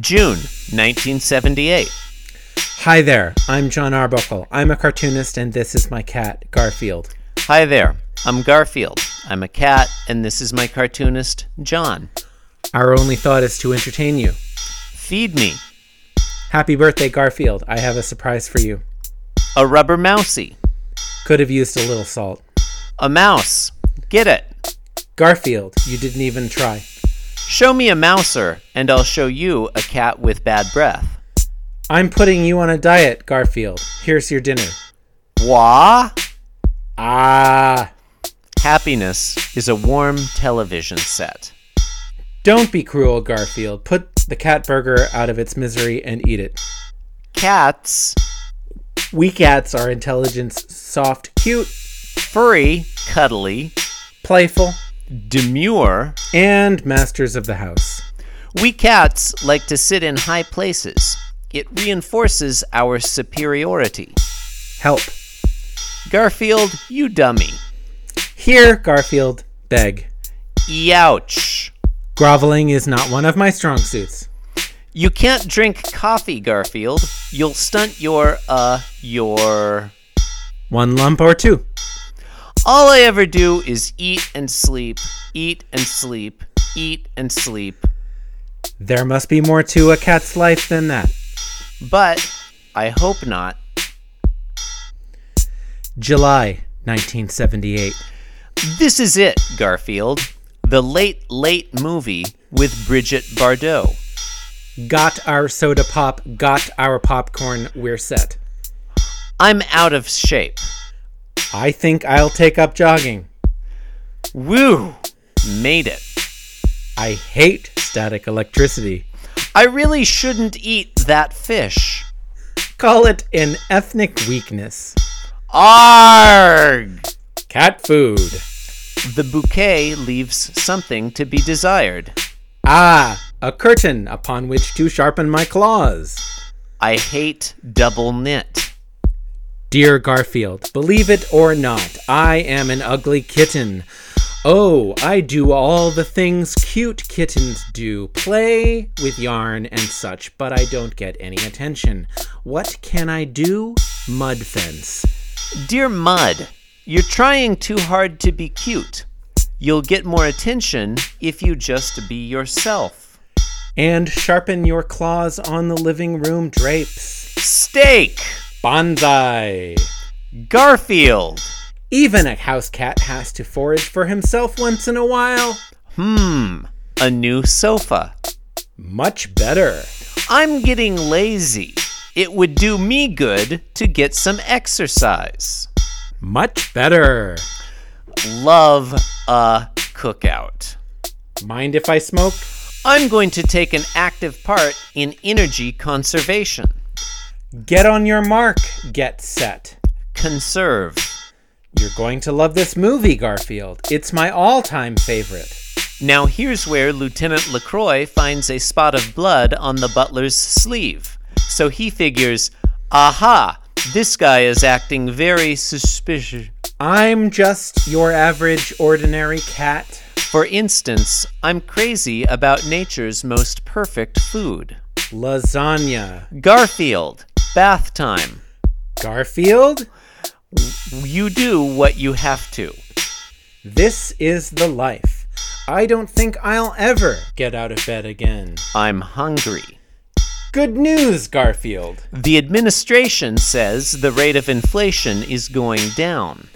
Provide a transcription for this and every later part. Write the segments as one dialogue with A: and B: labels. A: June 1978.
B: Hi there, I'm John Arbuckle. I'm a cartoonist, and this is my cat, Garfield.
A: Hi there, I'm Garfield. I'm a cat, and this is my cartoonist, John.
B: Our only thought is to entertain you.
A: Feed me
B: Happy birthday, Garfield. I have a surprise for you.
A: a rubber mousey,
B: Could have used a little salt.
A: a mouse. Get it.
B: Garfield, you didn't even try.
A: Show me a mouser, and I'll show you a cat with bad breath.
B: I'm putting you on a diet, Garfield. Here's your dinner.
A: Wah!
B: Ah,
A: Happiness is a warm television set.
B: don't be cruel, Garfield. Put the cat burger out of its misery and eat it.
A: Cats,
B: We cats are intelligence, soft, cute,
A: furry, cuddly,
B: playful,
A: demure.
B: and masters of the house.
A: We cats like to sit in high places. It reinforces our superiority.
B: Help.
A: Garfield, you dummy.
B: Here, Garfield, beg.
A: Youch.
B: Groveling is not one of my strong suits.
A: You can't drink coffee, Garfield. You'll stunt your, uh, your.
B: One lump or two.
A: All I ever do is eat and sleep, eat and sleep, eat and sleep.
B: There must be more to a cat's life than that.
A: But I hope not.
B: July 1978.
A: This is it, Garfield. The late, late movie with Bridget Bardot.
B: Got our soda pop, got our popcorn, we're set.
A: I'm out of shape.
B: I think I'll take up jogging.
A: Woo! Made it.
B: I hate static electricity.
A: I really shouldn't eat that fish.
B: Call it an ethnic weakness.
A: Arg!
B: Cat food.
A: The bouquet leaves something to be desired.
B: Ah, a curtain upon which to sharpen my claws.
A: I hate double knit.
B: Dear Garfield, believe it or not, I am an ugly kitten. Oh, I do all the things cute kittens do play with yarn and such, but I don't get any attention. What can I do? Mud fence.
A: Dear Mud, you're trying too hard to be cute. You'll get more attention if you just be yourself.
B: And sharpen your claws on the living room drapes.
A: Steak!
B: Bonsai!
A: Garfield!
B: Even a house cat has to forage for himself once in a while.
A: Hmm, a new sofa.
B: Much better.
A: I'm getting lazy. It would do me good to get some exercise.
B: Much better.
A: love a cookout.
B: Mind if I smoke?
A: I'm going to take an active part in energy conservation.
B: Get on your mark, get set.
A: Conserve.
B: You're going to love this movie, Garfield. It's my all time favorite.
A: Now, here's where Lieutenant LaCroix finds a spot of blood on the butler's sleeve. So he figures, aha, this guy is acting very suspicious.
B: I'm just your average, ordinary cat.
A: For instance, I'm crazy about nature's most perfect food.
B: Lasagna.
A: Garfield, bath time.
B: Garfield,
A: You do what you have to.
B: this is the life. I don't think I'll ever get out of bed again.
A: I'm hungry.
B: Good news, Garfield.
A: The administration says the rate of inflation is going down.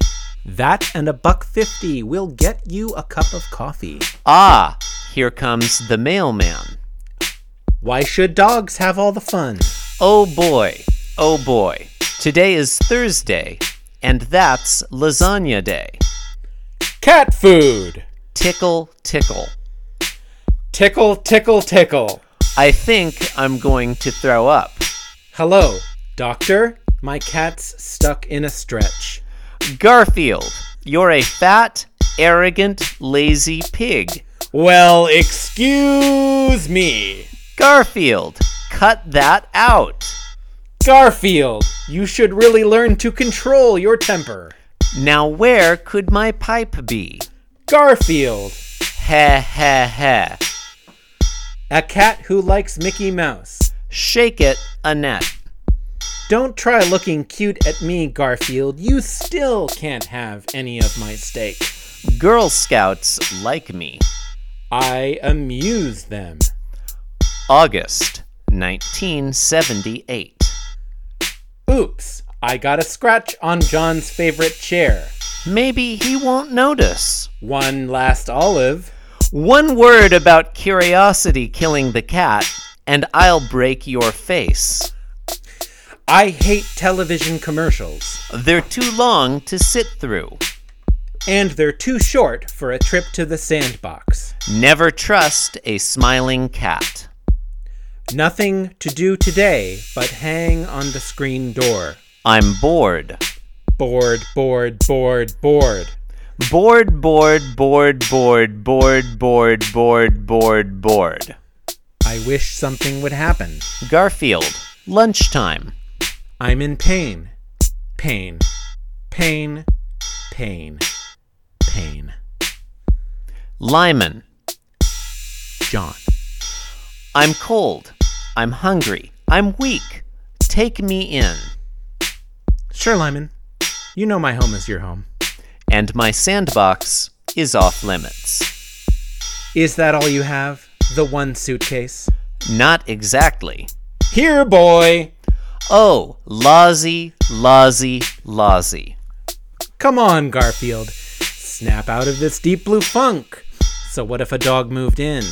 B: That and a buck fifty will get you a cup of coffee.
A: Ah, here comes the mailman.
B: Why should dogs have all the fun?
A: Oh boy, oh boy. Today is Thursday, and that's lasagna day.
B: Cat food!
A: Tickle, tickle.
B: Tickle, tickle, tickle.
A: I think I'm going to throw up.
B: Hello, doctor. My cat's stuck in a stretch.
A: Garfield, you're a fat, arrogant, lazy pig.
B: Well, excuse me.
A: Garfield, cut that out.
B: Garfield, you should really learn to control your temper.
A: Now, where could my pipe be?
B: Garfield.
A: Heh heh heh.
B: A cat who likes Mickey Mouse.
A: Shake it, Annette.
B: Don't try looking cute at me, Garfield. You still can't have any of my steak.
A: Girl Scouts like me.
B: I amuse them.
A: August 1978.
B: Oops, I got a scratch on John's favorite chair.
A: Maybe he won't notice.
B: One last olive.
A: One word about curiosity killing the cat, and I'll break your face.
B: I hate television commercials,
A: They're too long to sit through.
B: and they're too short for a trip to the sandbox.
A: Never trust a smiling cat.
B: Nothing to do today but hang on the screen door.
A: I'm bored.
B: Bored, bored, bored, bored.
A: Bored, bored, bored, bored, bored, bored, bored, bored, bored.
B: I wish something would happen.
A: Garfield, lunchtime.
B: I'm in pain. Pain. Pain. Pain. Pain.
A: Lyman,
B: John.
A: I'm cold. I'm hungry. I'm weak. Take me in.
B: Sure, Lyman. You know my home is your home.
A: And my sandbox is off limits.
B: Is that all you have? The one suitcase?
A: Not exactly.
B: Here, boy!
A: Oh, lousy, lousy, lousy.
B: Come on, Garfield. Snap out of this deep blue funk. So, what if a dog moved in?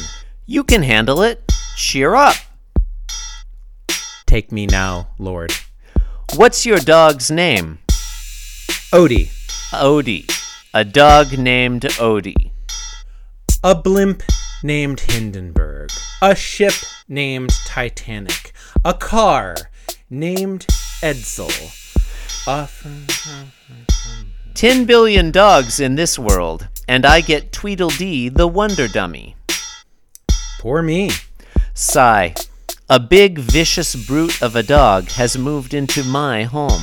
A: You can handle it. Cheer up.
B: Take me now, Lord.
A: What's your dog's name?
B: Odie.
A: Odie. A dog named Odie.
B: A blimp named Hindenburg. A ship named Titanic. A car named Edsel. A f-
A: 10 billion dogs in this world, and I get Tweedledee the Wonder Dummy.
B: poor me.
A: Sigh. A big, vicious brute of a dog has moved into my home.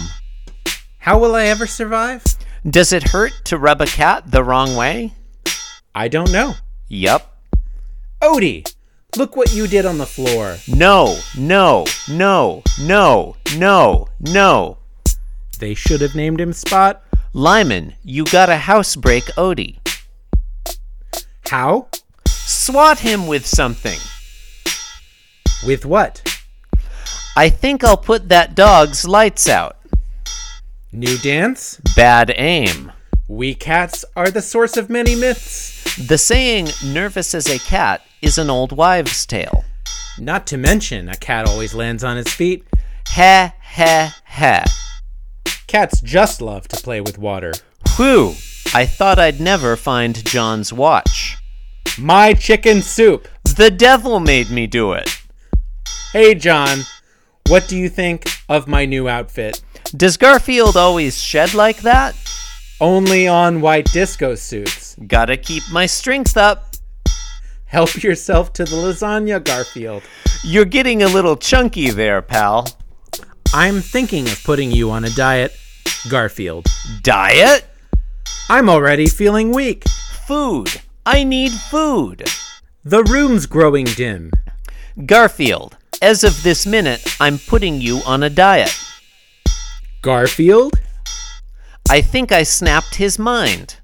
B: How will I ever survive?
A: Does it hurt to rub a cat the wrong way?
B: I don't know.
A: Yup.
B: Odie, look what you did on the floor.
A: No, no, no, no, no, no.
B: They should have named him Spot.
A: Lyman, you gotta housebreak Odie.
B: How?
A: Swat him with something.
B: With what?
A: I think I'll put that dog's lights out.
B: New dance?
A: Bad aim.
B: We cats are the source of many myths.
A: The saying, nervous as a cat, is an old wives' tale.
B: Not to mention, a cat always lands on his feet.
A: Ha, ha, ha.
B: Cats just love to play with water.
A: Whew! I thought I'd never find John's watch.
B: My chicken soup!
A: The devil made me do it.
B: Hey, John, what do you think of my new outfit?
A: Does Garfield always shed like that?
B: Only on white disco suits.
A: Gotta keep my strength up.
B: Help yourself to the lasagna, Garfield.
A: You're getting a little chunky there, pal.
B: I'm thinking of putting you on a diet, Garfield.
A: Diet?
B: I'm already feeling weak.
A: Food. I need food.
B: The room's growing dim.
A: Garfield, as of this minute, I'm putting you on a diet.
B: Garfield?
A: I think I snapped his mind.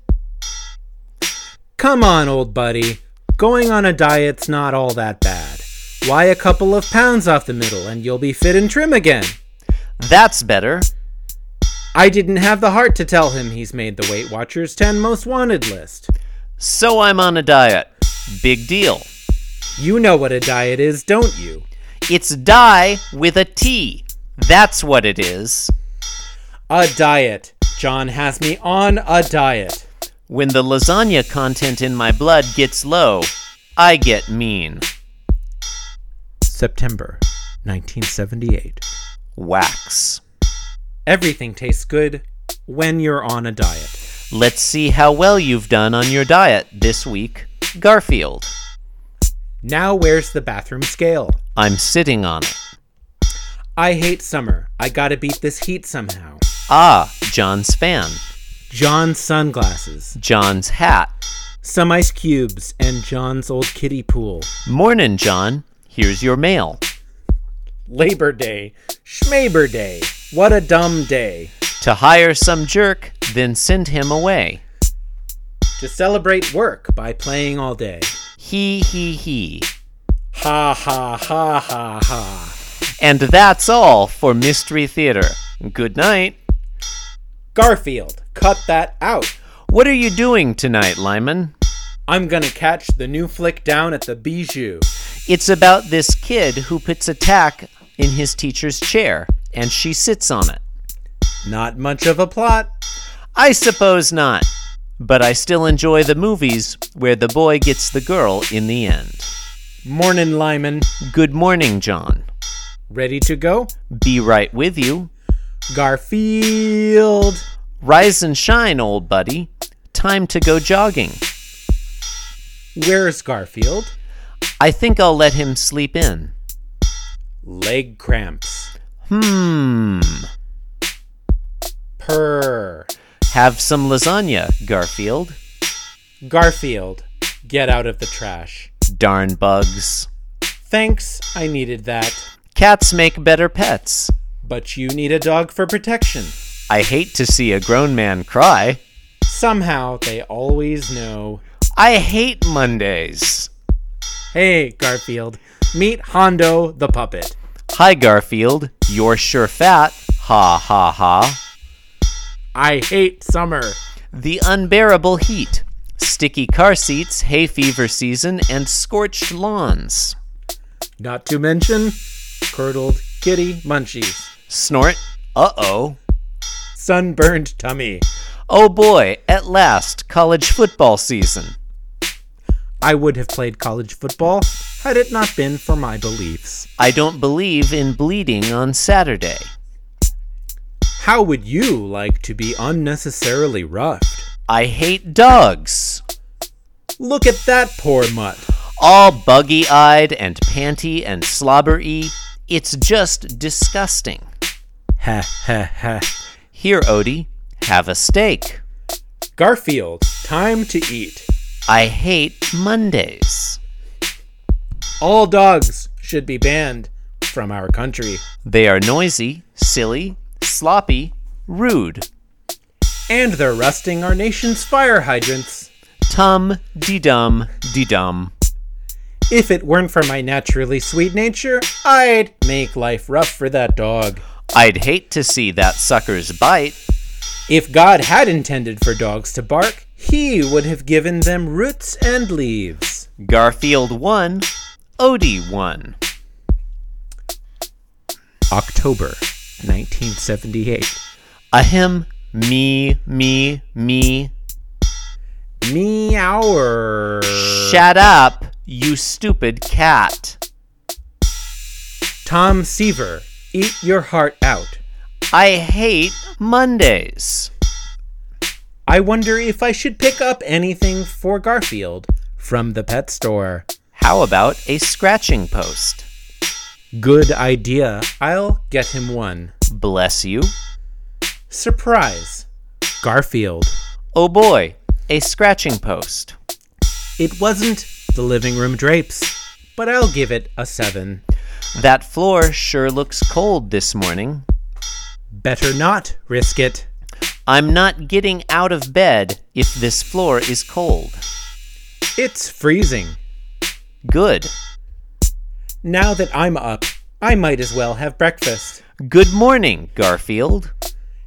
B: Come on, old buddy. Going on a diet's not all that bad. Why a couple of pounds off the middle and you'll be fit and trim again?
A: That's better.
B: I didn't have the heart to tell him he's made the Weight Watchers 10 Most Wanted list.
A: So I'm on a diet. Big deal.
B: You know what a diet is, don't you?
A: It's die with a T. That's what it is.
B: A diet. John has me on a diet.
A: When the lasagna content in my blood gets low, I get mean.
B: September 1978.
A: Wax.
B: Everything tastes good when you're on a diet.
A: Let's see how well you've done on your diet this week, Garfield.
B: Now, where's the bathroom scale?
A: I'm sitting on it.
B: I hate summer. I gotta beat this heat somehow.
A: Ah, John's fan.
B: John's sunglasses.
A: John's hat.
B: some ice cubes, and John's old kiddie pool.
A: Mornin', John. Here's your mail.
B: Labor Day, Schmaber Day. What a dumb day.
A: To hire some jerk, then send him away.
B: To celebrate work by playing all day.
A: He, he, he.
B: Ha ha ha ha ha.
A: And that's all for Mystery Theater. Good night.
B: Garfield, cut that out.
A: What are you doing tonight, Lyman?
B: I'm gonna catch the new flick down at the Bijou.
A: It's about this kid who puts a tack in his teacher's chair, and she sits on it.
B: Not much of a plot.
A: I suppose not, but I still enjoy the movies where the boy gets the girl in the end.
B: Morning, Lyman.
A: Good morning, John.
B: Ready to go?
A: Be right with you.
B: Garfield.
A: Rise and shine, old buddy. Time to go jogging.
B: Where's Garfield?
A: I think I'll let him sleep in.
B: Leg cramps.
A: Hmm.
B: Purr.
A: Have some lasagna, Garfield.
B: Garfield, get out of the trash.
A: Darn bugs.
B: Thanks, I needed that.
A: Cats make better pets.
B: But you need a dog for protection.
A: I hate to see a grown man cry.
B: Somehow they always know.
A: I hate Mondays.
B: Hey, Garfield, meet Hondo the puppet.
A: Hi, Garfield. You're sure fat. Ha ha ha.
B: I hate summer.
A: The unbearable heat, sticky car seats, hay fever season, and scorched lawns.
B: Not to mention curdled kitty munchies,
A: Snort. Uh oh.
B: sunburned tummy.
A: Oh boy, at last, college football season.
B: I would have played college football had it not been for my beliefs.
A: I don't believe in bleeding on Saturday.
B: How would you like to be unnecessarily roughed?
A: I hate dogs.
B: Look at that poor mutt.
A: All buggy eyed and panty and slobber y. It's just disgusting.
B: Ha ha ha.
A: Here, Odie, have a steak.
B: Garfield, time to eat.
A: I hate Mondays.
B: All dogs should be banned from our country.
A: They are noisy, silly, sloppy, rude.
B: And they're rusting our nation's fire hydrants.
A: Tum, de dum, de dum.
B: If it weren't for my naturally sweet nature, I'd make life rough for that dog.
A: I'd hate to see that sucker's bite.
B: If God had intended for dogs to bark, he would have given them roots and leaves.
A: Garfield won. Odie won.
B: October 1978.
A: Ahem, me, me, me.
B: Meow.
A: Shut up, you stupid cat.
B: Tom Seaver, eat your heart out.
A: I hate Mondays.
B: I wonder if I should pick up anything for Garfield from the pet store.
A: How about a scratching post?
B: Good idea. I'll get him one.
A: Bless you.
B: Surprise. Garfield.
A: Oh boy, a scratching post.
B: It wasn't the living room drapes, but I'll give it a 7.
A: That floor sure looks cold this morning.
B: Better not risk it.
A: I'm not getting out of bed if this floor is cold.
B: It's freezing.
A: Good.
B: Now that I'm up, I might as well have breakfast.
A: Good morning, Garfield.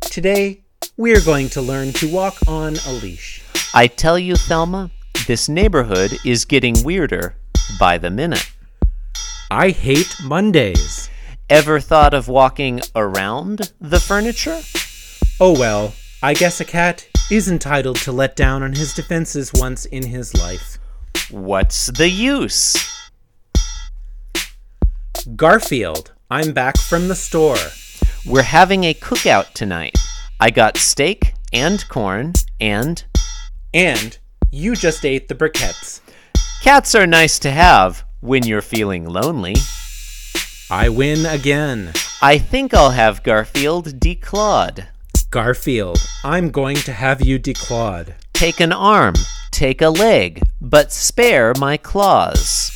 B: Today, we're going to learn to walk on a leash.
A: I tell you, Thelma, this neighborhood is getting weirder by the minute.
B: I hate Mondays.
A: Ever thought of walking around the furniture?
B: Oh well, I guess a cat is entitled to let down on his defenses once in his life.
A: What's the use?
B: Garfield, I'm back from the store.
A: We're having a cookout tonight. I got steak and corn and
B: And you just ate the briquettes.
A: cats are nice to have when you're feeling lonely.
B: I win again.
A: I think I'll have Garfield declawed.
B: Garfield, I'm going to have you declawed.
A: Take an arm, take a leg, but spare my claws.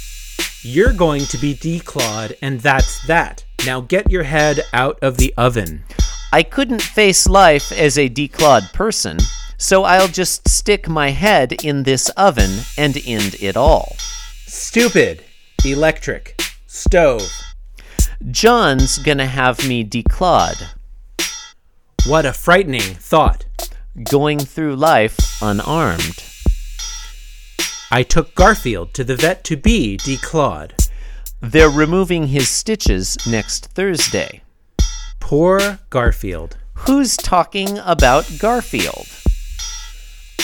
B: You're going to be declawed, and that's that. Now get your head out of the oven.
A: I couldn't face life as a declawed person, so I'll just stick my head in this oven and end it all.
B: Stupid. Electric. Stove.
A: John's gonna have me declawed,
B: What a frightening thought.
A: going through life unarmed.
B: I took Garfield to the vet to be declawed.
A: They're removing his stitches next Thursday.
B: Poor Garfield.
A: Who's talking about Garfield?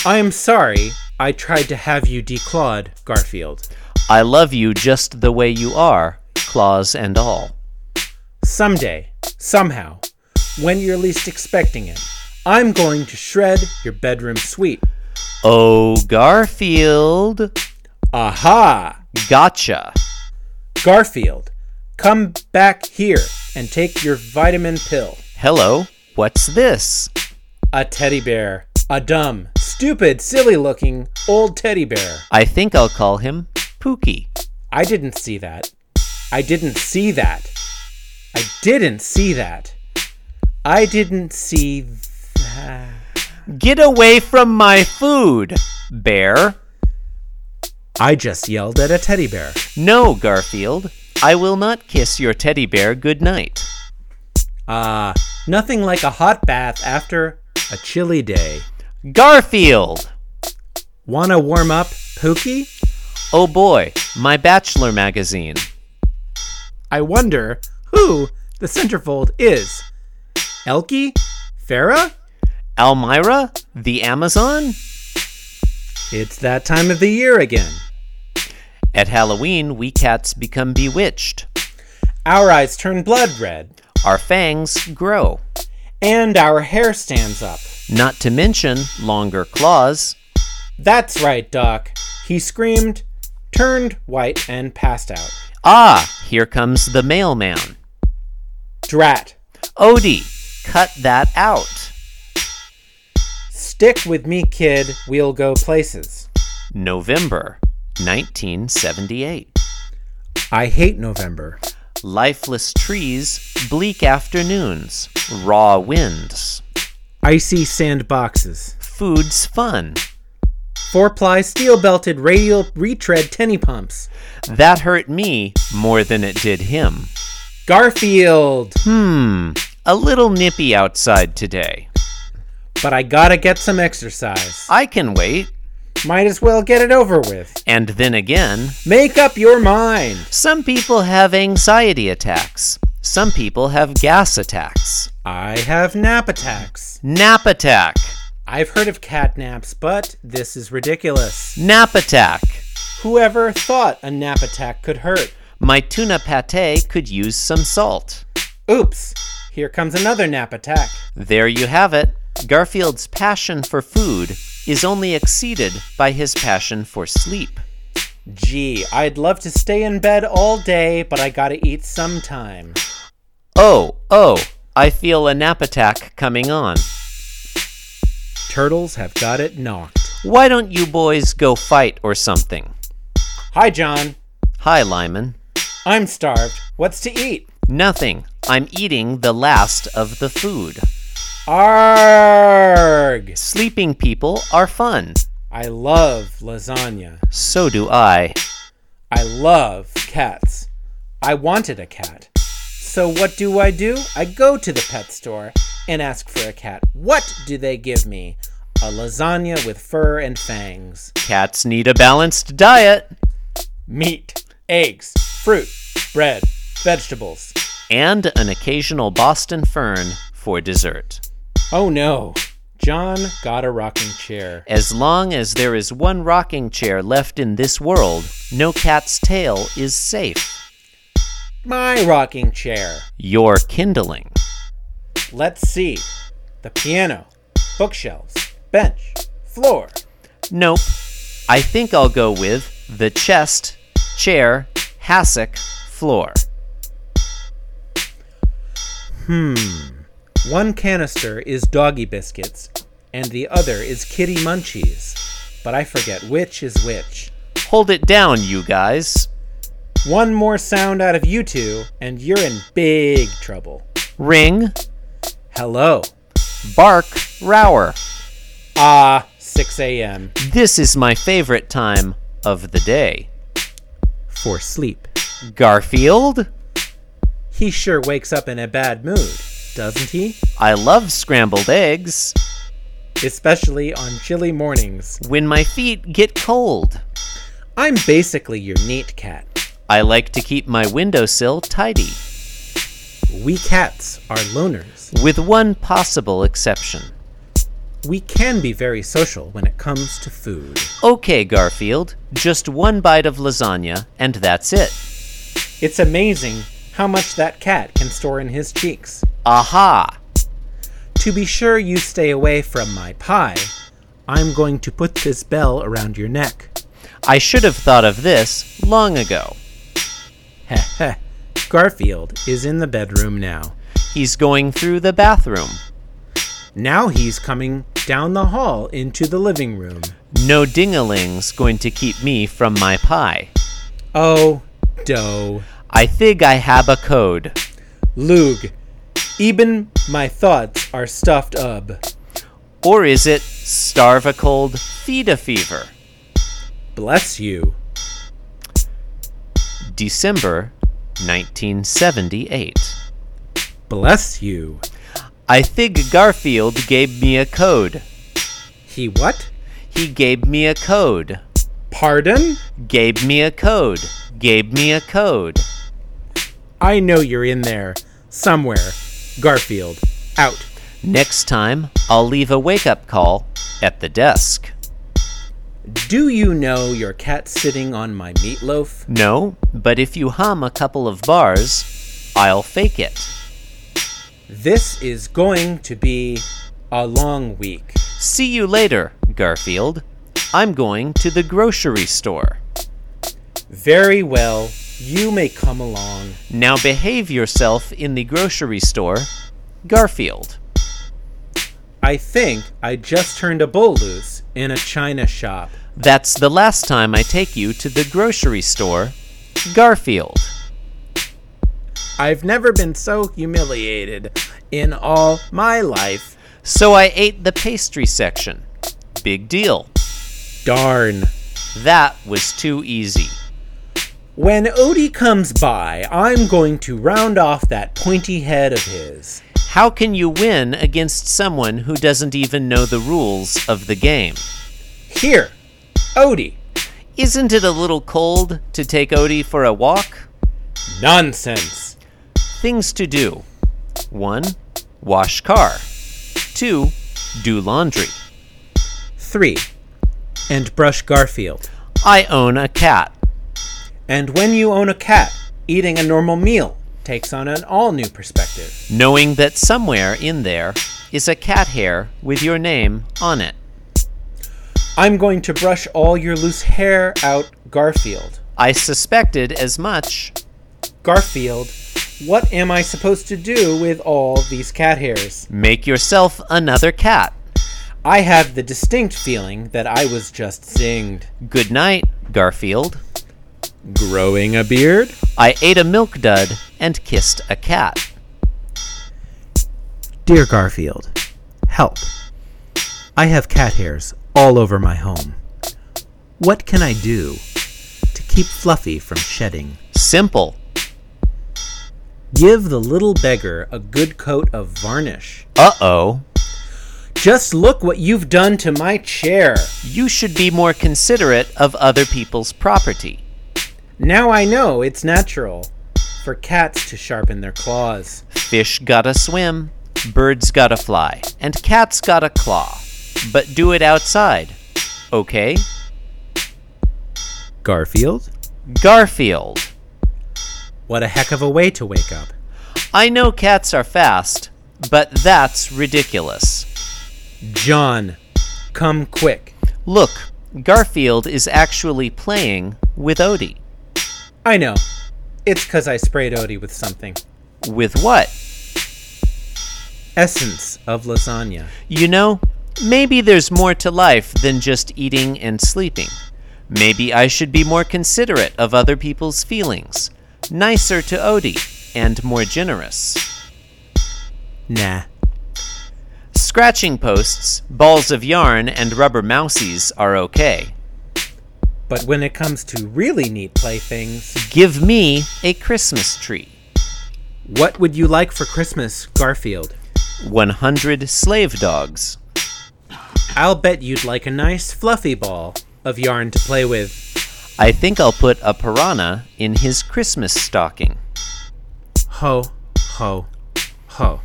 B: I'm sorry I tried to have you declawed, Garfield.
A: I love you just the way you are, claws and all.
B: Someday, somehow, when you're least expecting it, I'm going to shred your bedroom suite.
A: Oh, Garfield.
B: Aha!
A: Gotcha.
B: Garfield, come back here and take your vitamin pill.
A: Hello, what's this?
B: A teddy bear. A dumb, stupid, silly looking old teddy bear.
A: I think I'll call him Pookie.
B: I didn't see that. I didn't see that. I didn't see that. I didn't see. That.
A: Get away from my food, bear.
B: I just yelled at a teddy bear.
A: No, Garfield. I will not kiss your teddy bear goodnight.
B: Ah, nothing like a hot bath after a chilly day.
A: Garfield!
B: Wanna warm up, Pookie?
A: Oh boy, my Bachelor magazine.
B: I wonder who the centerfold is. Elkie? Farah?
A: Almira? The Amazon?
B: It's that time of the year again.
A: At Halloween, we cats become bewitched.
B: Our eyes turn blood red,
A: Our fangs grow.
B: and our hair stands up.
A: Not to mention longer claws.
B: That's right, Doc. He screamed, turned white, and passed out.
A: Ah, here comes the mailman.
B: Drat.
A: Odie, cut that out.
B: Stick with me, kid. We'll go places.
A: November 1978.
B: I hate November.
A: Lifeless trees, bleak afternoons, raw winds.
B: Icy sandboxes.
A: Food's fun.
B: Four ply steel belted radial retread tenny pumps.
A: That hurt me more than it did him.
B: Garfield!
A: Hmm, a little nippy outside today.
B: But I gotta get some exercise.
A: I can wait.
B: Might as well get it over with.
A: And then again,
B: Make up your mind!
A: some people have anxiety attacks. Some people have gas attacks.
B: I have nap attacks.
A: Nap attack.
B: I've heard of cat naps, but this is ridiculous.
A: Nap attack.
B: Whoever thought a nap attack could hurt?
A: My tuna pate could use some salt.
B: Oops, here comes another nap attack.
A: There you have it. Garfield's passion for food is only exceeded by his passion for sleep.
B: Gee, I'd love to stay in bed all day, but I gotta eat sometime.
A: Oh, oh, I feel a nap attack coming on.
B: Turtles have got it knocked.
A: Why don't you boys go fight or something?
B: Hi, John.
A: Hi, Lyman.
B: I'm starved. What's to eat?
A: Nothing. I'm eating the last of the food.
B: Arg!
A: Sleeping people are fun.
B: I love lasagna.
A: So do I.
B: I love cats. I wanted a cat. So what do I do? I go to the pet store and ask for a cat. What do they give me? A lasagna with fur and fangs.
A: Cats need a balanced diet
B: meat, eggs, fruit, bread, vegetables.
A: and an occasional Boston fern for dessert.
B: Oh no, John got a rocking chair.
A: As long as there is one rocking chair left in this world, no cat's tail is safe.
B: My rocking chair.
A: You're kindling.
B: Let's see. The piano, bookshelves, bench, floor.
A: Nope. I think I'll go with the chest, chair, hassock, floor.
B: One canister is doggy biscuits, and the other is kitty munchies. but I forget which is which.
A: Hold it down, you guys.
B: One more sound out of you two, and you're in big trouble.
A: Ring,
B: Hello.
A: bark, rower.
B: Ah, 6 a.m.
A: This is my favorite time of the day.
B: for sleep.
A: Garfield,
B: He sure wakes up in a bad mood, doesn't he?
A: I love scrambled eggs.
B: Especially on chilly mornings.
A: When my feet get cold,
B: I'm basically your neat cat.
A: I like to keep my windowsill tidy,
B: We cats are loners.
A: with one possible exception.
B: We can be very social when it comes to food.
A: Okay, Garfield, just one bite of lasagna, and that's it.
B: It's amazing how much that cat can store in his cheeks.
A: Aha!
B: To be sure you stay away from my pie, I'm going to put this bell around your neck.
A: I should have thought of this long ago.
B: Heh heh. Garfield is in the bedroom now.
A: He's going through the bathroom.
B: Now he's coming down the hall into the living room.
A: No dingaling's going to keep me from my pie.
B: Oh, dough.
A: I think I have a code.
B: Lug. Even my thoughts are stuffed up.
A: Or is it starve a cold, feed a fever?
B: Bless you.
A: December 1978.
B: Bless you.
A: I think Garfield gave me a code.
B: He what?
A: He gave me a code.
B: Pardon?
A: Gave me a code. Gave me a code.
B: I know you're in there. Somewhere. Garfield. Out.
A: Next time, I'll leave a wake up call at the desk.
B: Do you know your cat's sitting on my meatloaf?
A: No, but if you hum a couple of bars, I'll fake it.
B: This is going to be a long week.
A: See you later, Garfield. I'm going to the grocery store.
B: Very well. You may come along.
A: Now behave yourself in the grocery store, Garfield.
B: I think I just turned a bull loose in a china shop.
A: That's the last time I take you to the grocery store, Garfield.
B: I've never been so humiliated in all my life.
A: So I ate the pastry section. Big deal.
B: Darn.
A: That was too easy.
B: When Odie comes by, I'm going to round off that pointy head of his.
A: How can you win against someone who doesn't even know the rules of the game?
B: Here, Odie.
A: Isn't it a little cold to take Odie for a walk?
B: Nonsense.
A: Things to do 1. Wash car. 2. Do laundry.
B: Three, and brush Garfield.
A: I own a cat.
B: And when you own a cat, eating a normal meal takes on an all new perspective.
A: knowing that somewhere in there is a cat hair with your name on it.
B: I'm going to brush all your loose hair out, Garfield.
A: I suspected as much.
B: Garfield, what am I supposed to do with all these cat hairs?
A: Make yourself another cat.
B: I have the distinct feeling that I was just zinged.
A: Good night, Garfield.
B: Growing a beard?
A: I ate a milk dud and kissed a cat.
B: Dear Garfield, help. I have cat hairs all over my home. What can I do to keep Fluffy from shedding?
A: Simple.
B: Give the little beggar a good coat of varnish.
A: Uh oh.
B: Just look what you've done to my chair.
A: You should be more considerate of other people's property.
B: Now I know it's natural for cats to sharpen their claws.
A: Fish gotta swim, birds gotta fly, and cats gotta claw. But do it outside. Okay?
B: Garfield?
A: Garfield.
B: What a heck of a way to wake up.
A: I know cats are fast, but that's ridiculous.
B: John, come quick.
A: Look, Garfield is actually playing with Odie.
B: I know. It's because I sprayed Odie with something.
A: With what?
B: Essence of lasagna.
A: You know, Maybe there's more to life than just eating and sleeping. Maybe I should be more considerate of other people's feelings, nicer to Odie, and more generous.
B: Nah.
A: Scratching posts, balls of yarn, and rubber mousies are okay.
B: But when it comes to really neat playthings,
A: Give me a Christmas tree.
B: what would you like for Christmas, Garfield?
A: 100 slave dogs.
B: I'll bet you'd like a nice fluffy ball of yarn to play with.
A: I think I'll put a piranha in his Christmas stocking.
B: Ho, ho, ho.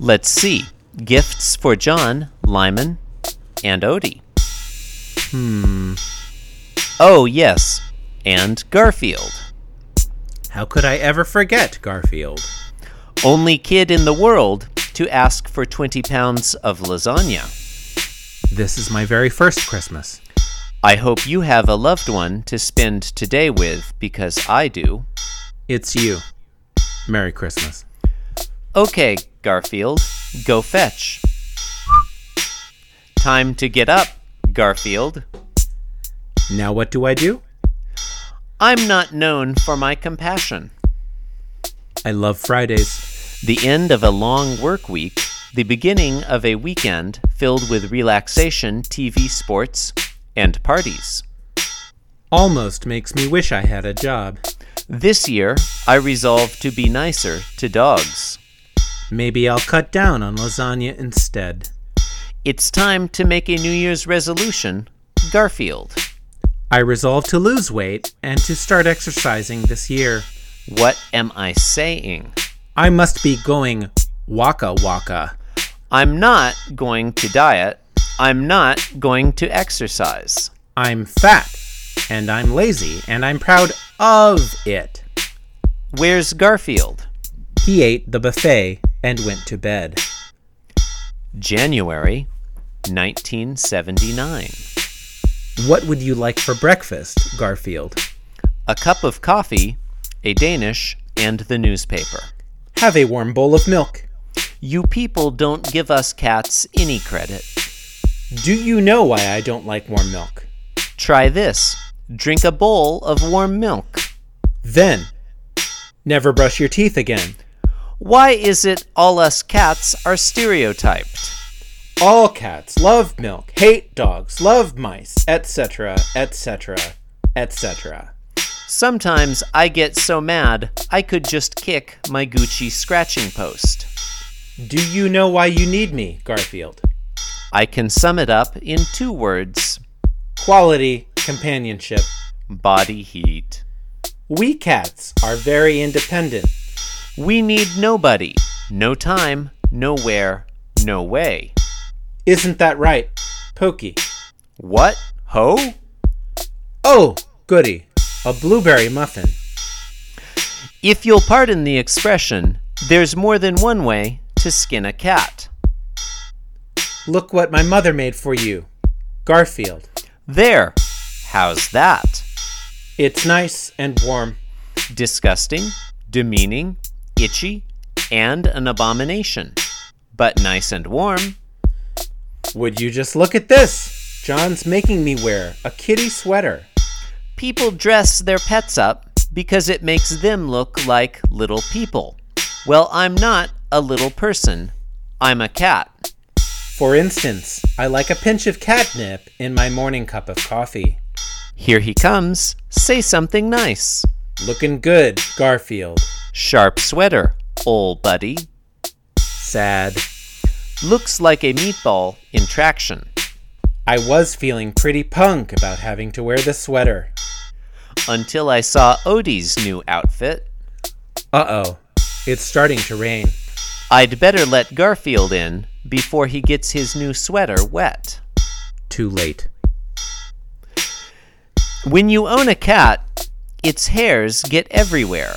A: Let's see. Gifts for John, Lyman, and Odie. Hmm. Oh, yes. And Garfield.
B: How could I ever forget Garfield?
A: Only kid in the world to ask for 20 pounds of lasagna.
B: This is my very first Christmas.
A: I hope you have a loved one to spend today with because I do.
B: It's you. Merry Christmas.
A: Okay, Garfield, go fetch. Time to get up, Garfield.
B: Now what do I do?
A: I'm not known for my compassion.
B: I love Fridays.
A: The end of a long work week, the beginning of a weekend filled with relaxation, TV, sports, and parties.
B: Almost makes me wish I had a job.
A: This year, I resolved to be nicer to dogs.
B: Maybe I'll cut down on lasagna instead.
A: It's time to make a New Year's resolution, Garfield.
B: I resolve to lose weight and to start exercising this year.
A: What am I saying?
B: I must be going waka waka.
A: I'm not going to diet. I'm not going to exercise.
B: I'm fat and I'm lazy and I'm proud of it.
A: Where's Garfield?
B: He ate the buffet and went to bed.
A: January 1979.
B: What would you like for breakfast, Garfield?
A: A cup of coffee, a Danish, and the newspaper.
B: Have a warm bowl of milk.
A: You people don't give us cats any credit.
B: Do you know why I don't like warm milk?
A: Try this drink a bowl of warm milk.
B: Then, never brush your teeth again.
A: Why is it all us cats are stereotyped?
B: All cats love milk, hate dogs, love mice, etc., etc., etc.
A: Sometimes I get so mad I could just kick my Gucci scratching post.
B: Do you know why you need me, Garfield?
A: I can sum it up in two words
B: Quality, companionship.
A: body heat.
B: We cats are very independent.
A: We need nobody, no time, nowhere, no way.
B: Isn't that right, Pokey?
A: What? Ho?
B: Oh, goody, a blueberry muffin.
A: If you'll pardon the expression, there's more than one way to skin a cat.
B: Look what my mother made for you, Garfield.
A: There. How's that?
B: It's nice and warm.
A: Disgusting, demeaning, itchy, and an abomination. But nice and warm.
B: Would you just look at this? John's making me wear a kitty sweater.
A: People dress their pets up because it makes them look like little people. Well, I'm not a little person. I'm a cat.
B: For instance, I like a pinch of catnip in my morning cup of coffee.
A: Here he comes. Say something nice.
B: Looking good, Garfield.
A: Sharp sweater, old buddy.
B: Sad.
A: Looks like a meatball in traction.
B: I was feeling pretty punk about having to wear the sweater.
A: Until I saw Odie's new outfit.
B: Uh oh, it's starting to rain.
A: I'd better let Garfield in before he gets his new sweater wet.
B: Too late.
A: When you own a cat, its hairs get everywhere.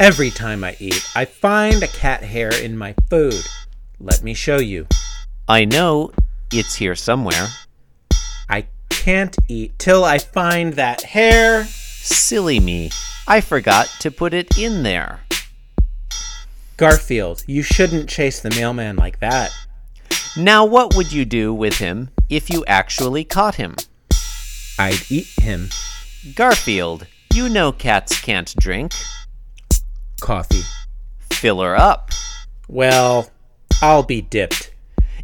B: Every time I eat, I find a cat hair in my food. Let me show you.
A: I know it's here somewhere.
B: I can't eat till I find that hair.
A: Silly me. I forgot to put it in there.
B: Garfield, you shouldn't chase the mailman like that.
A: Now, what would you do with him if you actually caught him?
B: I'd eat him.
A: Garfield, you know cats can't drink.
B: Coffee.
A: Fill her up.
B: Well, I'll be dipped.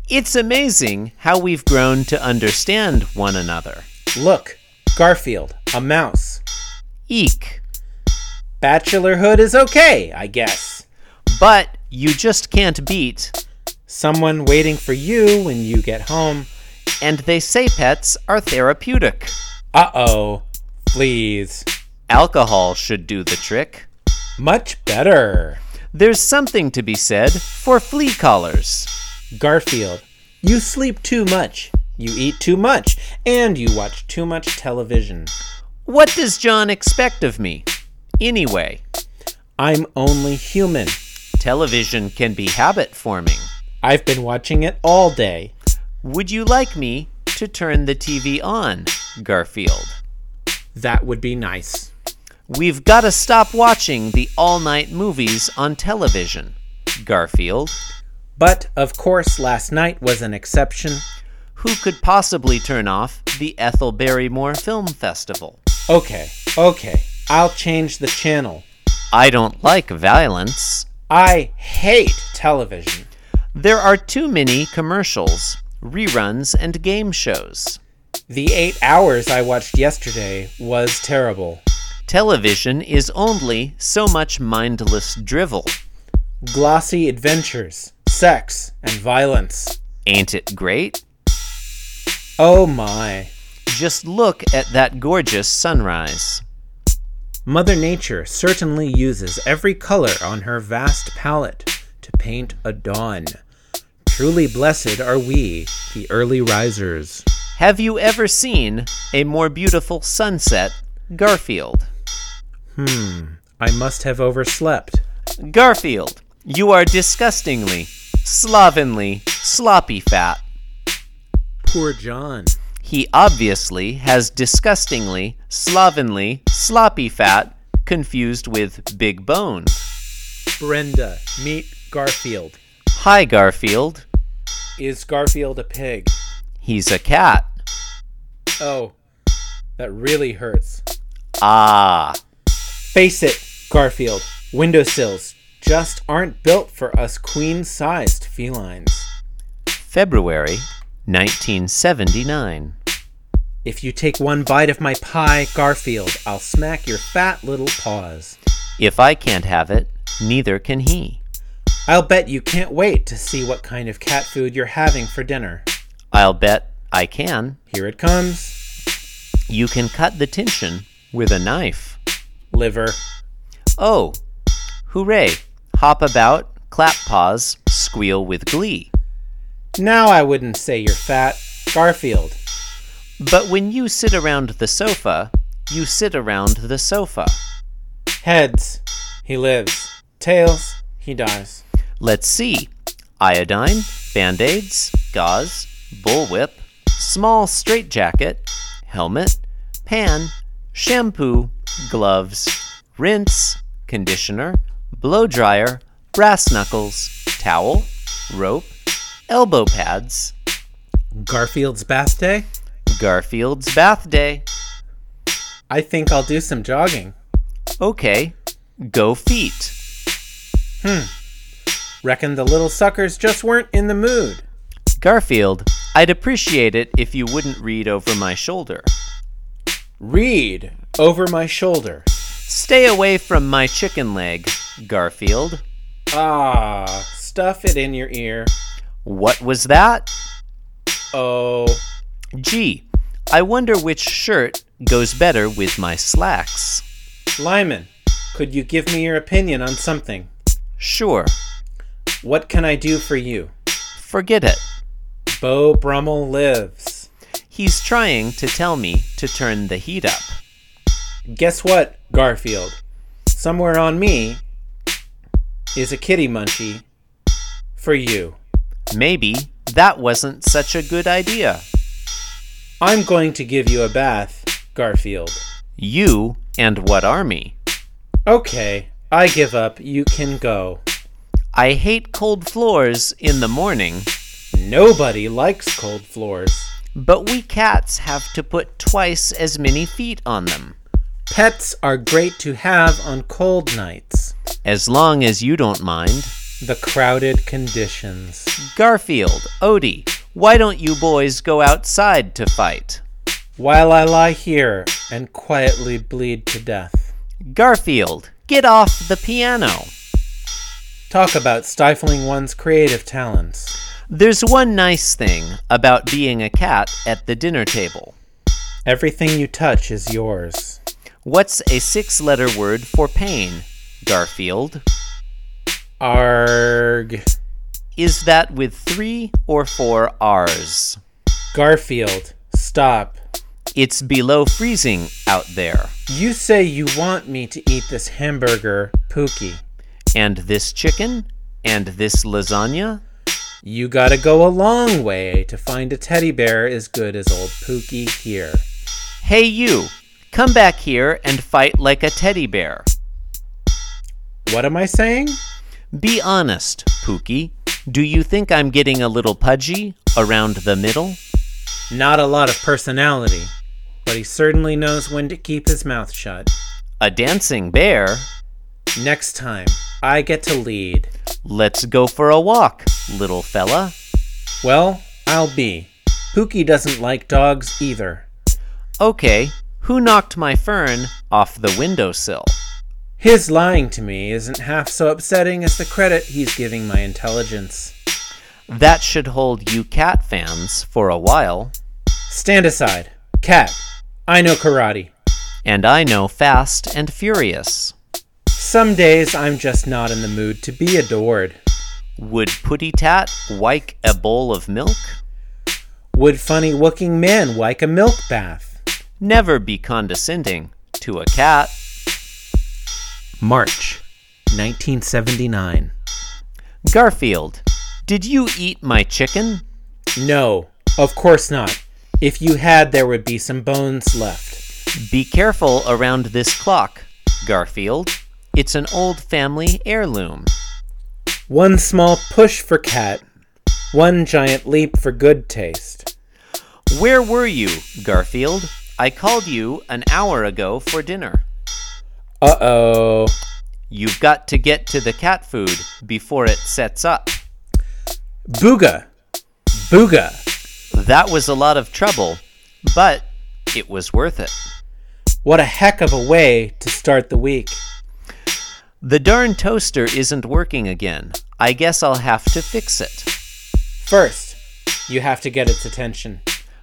A: It's amazing how we've grown to understand one another.
B: Look, Garfield, a mouse.
A: Eek.
B: Bachelorhood is okay, I guess.
A: But you just can't beat.
B: Someone waiting for you when you get home.
A: And they say pets are therapeutic.
B: Uh oh, please.
A: Alcohol should do the trick.
B: Much better.
A: There's something to be said for flea collars.
B: Garfield, you sleep too much, you eat too much, and you watch too much television.
A: What does John expect of me? Anyway,
B: I'm only human.
A: television can be habit forming.
B: I've been watching it all day.
A: Would you like me to turn the TV on, Garfield?
B: That would be nice.
A: We've got to stop watching the all night movies on television, Garfield.
B: But of course, last night was an exception.
A: Who could possibly turn off the Ethel Barrymore Film Festival?
B: Okay, okay, I'll change the channel.
A: I don't like violence.
B: I hate television.
A: There are too many commercials, reruns, and game shows.
B: The eight hours I watched yesterday was terrible.
A: Television is only so much mindless drivel.
B: Glossy adventures, sex, and violence.
A: Ain't it great?
B: Oh my.
A: Just look at that gorgeous sunrise.
B: Mother Nature certainly uses every color on her vast palette to paint a dawn. Truly blessed are we, the early risers.
A: Have you ever seen a more beautiful sunset, Garfield?
B: Hmm, I must have overslept.
A: Garfield, you are disgustingly, slovenly, sloppy fat.
B: Poor John.
A: He obviously has disgustingly, slovenly, sloppy fat confused with big bone.
B: Brenda, meet Garfield.
A: Hi, Garfield.
B: Is Garfield a pig?
A: He's a cat.
B: Oh, that really hurts.
A: Ah,
B: Face it, Garfield. Windowsills just aren't built for us queen sized felines.
A: February 1979.
B: If you take one bite of my pie, Garfield, I'll smack your fat little paws.
A: If I can't have it, neither can he.
B: I'll bet you can't wait to see what kind of cat food you're having for dinner.
A: I'll bet I can.
B: Here it comes
A: You can cut the tension with a knife.
B: liver.
A: Oh, hooray! Hop about, clap paws, squeal with glee.
B: Now I wouldn't say you're fat, Garfield.
A: But when you sit around the sofa, you sit around the sofa.
B: Heads, he lives. Tails, he dies.
A: Let's see iodine, band aids, gauze, bullwhip, small straitjacket, helmet, pan, shampoo, gloves, rinse, conditioner, blow dryer, brass knuckles, towel, rope, elbow pads,
B: Garfield's bath day?
A: Garfield's bath day.
B: I think I'll do some jogging.
A: Okay, go feet.
B: Reckon the little suckers just weren't in the mood.
A: Garfield, I'd appreciate it if you wouldn't read over my shoulder.
B: Read over my shoulder.
A: Stay away from my chicken leg, Garfield.
B: Ah, stuff it in your ear.
A: What was that?
B: Oh,
A: Gee, I wonder which shirt goes better with my slacks.
B: Lyman, could you give me your opinion on something?
A: Sure,
B: What can I do for you?
A: forget it.
B: Beau Brummel lives.
A: He's trying to tell me to turn the heat up.
B: Guess what, Garfield? Somewhere on me is a kitty munchie for you.
A: Maybe that wasn't such a good idea.
B: I'm going to give you a bath, Garfield.
A: You and what army?
B: Okay, I give up. You can go.
A: I hate cold floors in the morning,
B: Nobody likes cold floors.
A: But we cats have to put twice as many feet on them.
B: Pets are great to have on cold nights.
A: As long as you don't mind.
B: The crowded conditions.
A: Garfield, Odie, why don't you boys go outside to fight?
B: While I lie here and quietly bleed to death.
A: Garfield, get off the piano.
B: Talk about stifling one's creative talents.
A: There's one nice thing about being a cat at the dinner table.
B: Everything you touch is yours.
A: What's a six letter word for pain, Garfield?
B: Arg.
A: Is that with three or four R's?
B: Garfield, stop.
A: It's below freezing out there.
B: You say you want me to eat this hamburger, Pookie.
A: And this chicken? And this lasagna?
B: You gotta go a long way to find a teddy bear as good as old Pookie here.
A: Hey, you! Come back here and fight like a teddy bear.
B: What am I saying?
A: Be honest, Pookie. Do you think I'm getting a little pudgy around the middle?
B: Not a lot of personality, but he certainly knows when to keep his mouth shut.
A: A dancing bear?
B: Next time, I get to lead.
A: Let's go for a walk, little fella.
B: Well, I'll be. Pookie doesn't like dogs either.
A: Okay, who knocked my fern off the windowsill?
B: His lying to me isn't half so upsetting as the credit he's giving my intelligence.
A: That should hold you cat fans for a while.
B: Stand aside. Cat, I know karate.
A: And I know Fast and Furious.
B: Some days I'm just not in the mood to be adored.
A: Would Putty Tat wike a bowl of milk?
B: Would funny looking man like a milk bath?
A: Never be condescending to a cat.
B: March 1979.
A: Garfield, did you eat my chicken?
B: No, of course not. If you had, there would be some bones left.
A: Be careful around this clock, Garfield. It's an old family heirloom.
B: One small push for cat, one giant leap for good taste.
A: Where were you, Garfield? I called you an hour ago for dinner.
B: Uh oh.
A: You've got to get to the cat food before it sets up.
B: Booga! Booga!
A: That was a lot of trouble, but it was worth it.
B: What a heck of a way to start the week.
A: The darn toaster isn't working again. I guess I'll have to fix it.
B: First, you have to get its attention.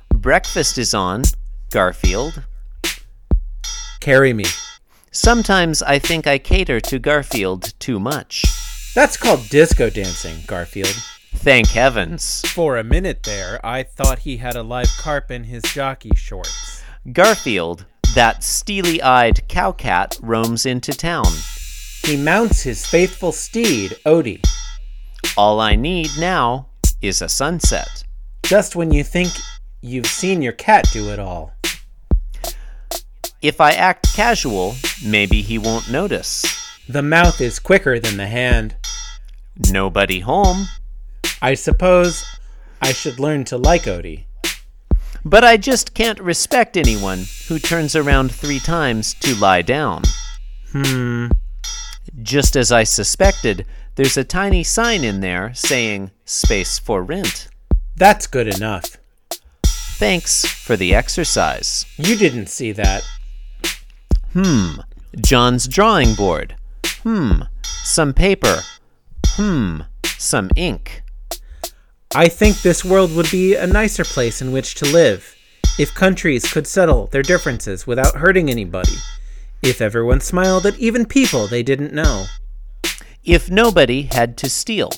A: Breakfast is on, Garfield.
B: Carry me.
A: Sometimes I think I cater to Garfield too much.
B: That's called disco dancing, Garfield.
A: Thank heavens.
B: For a minute there, I thought he had a live carp in his jockey shorts.
A: Garfield, that steely eyed cowcat, roams into town.
B: He mounts his faithful steed, Odie,
A: All I need now is a sunset.
B: just when you think you've seen your cat do it all.
A: If I act casual, maybe he won't notice.
B: The mouth is quicker than the hand.
A: Nobody home.
B: I suppose I should learn to like Odie.
A: But I just can't respect anyone who turns around three times to lie down.
B: Hmm.
A: Just as I suspected, there's a tiny sign in there saying space for rent.
B: That's good enough.
A: Thanks for the exercise.
B: You didn't see that.
A: Hmm. John's drawing board. Hmm. Some paper. Hmm. Some ink.
B: I think this world would be a nicer place in which to live if countries could settle their differences without hurting anybody. If everyone smiled at even people they didn't know.
A: If nobody had to steal.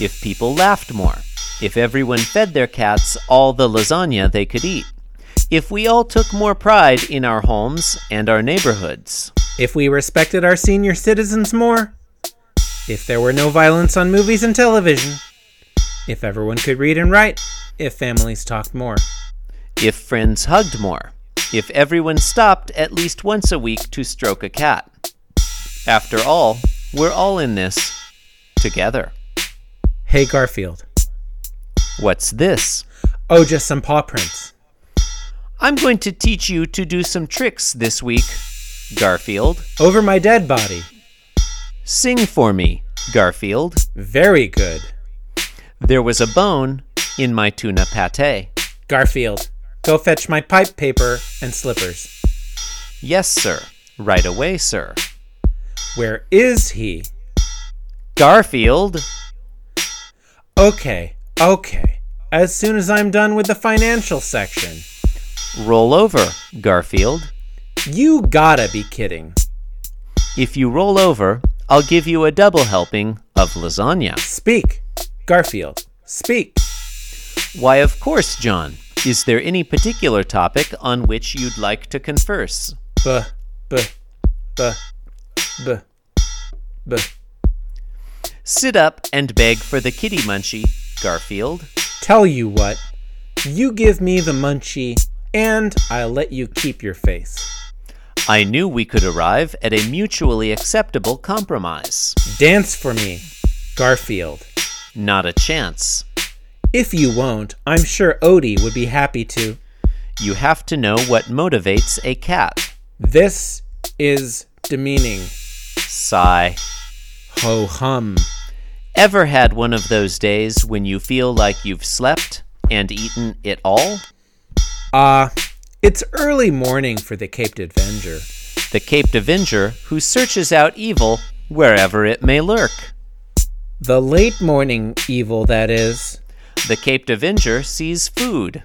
A: If people laughed more. If everyone fed their cats all the lasagna they could eat. If we all took more pride in our homes and our neighborhoods.
B: If we respected our senior citizens more. If there were no violence on movies and television. If everyone could read and write. If families talked more.
A: If friends hugged more. If everyone stopped at least once a week to stroke a cat. After all, we're all in this together.
B: Hey, Garfield.
A: What's this?
B: Oh, just some paw prints.
A: I'm going to teach you to do some tricks this week, Garfield.
B: Over my dead body.
A: Sing for me, Garfield.
B: Very good.
A: There was a bone in my tuna pate.
B: Garfield, go fetch my pipe paper and slippers.
A: Yes, sir. Right away, sir.
B: Where is he?
A: Garfield,
B: Okay, okay. As soon as I'm done with the financial section.
A: roll over, Garfield.
B: You gotta be kidding.
A: If you roll over, I'll give you a double helping of lasagna.
B: Speak. Garfield, speak.
A: Why, of course, John. Is there any particular topic on which you'd like to converse?
B: B, b, b, b, b.
A: Sit up and beg for the kitty munchie, Garfield.
B: Tell you what, you give me the munchie, and I'll let you keep your face.
A: I knew we could arrive at a mutually acceptable compromise.
B: Dance for me, Garfield.
A: Not a chance.
B: If you won't, I'm sure Odie would be happy to.
A: You have to know what motivates a cat.
B: This is demeaning.
A: Sigh.
B: Ho hum.
A: Ever had one of those days when you feel like you've slept and eaten it all?
B: Ah, it's early morning for the Caped Avenger.
A: The Caped Avenger who searches out evil wherever it may lurk.
B: The late morning evil, that is.
A: The Caped Avenger sees food.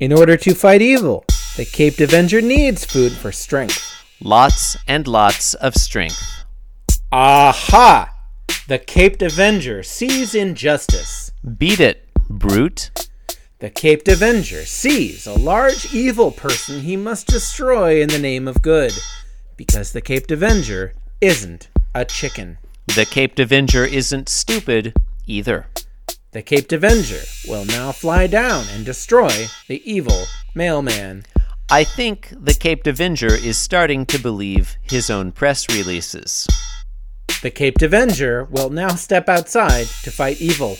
B: In order to fight evil, the Caped Avenger needs food for strength.
A: Lots and lots of strength.
B: Aha! The Caped Avenger sees injustice.
A: Beat it, brute.
B: The Caped Avenger sees a large evil person he must destroy in the name of good, because the Caped Avenger isn't a chicken.
A: The Caped Avenger isn't stupid either.
B: The Caped Avenger will now fly down and destroy the evil mailman.
A: I think the Caped Avenger is starting to believe his own press releases.
B: The Caped Avenger will now step outside to fight evil.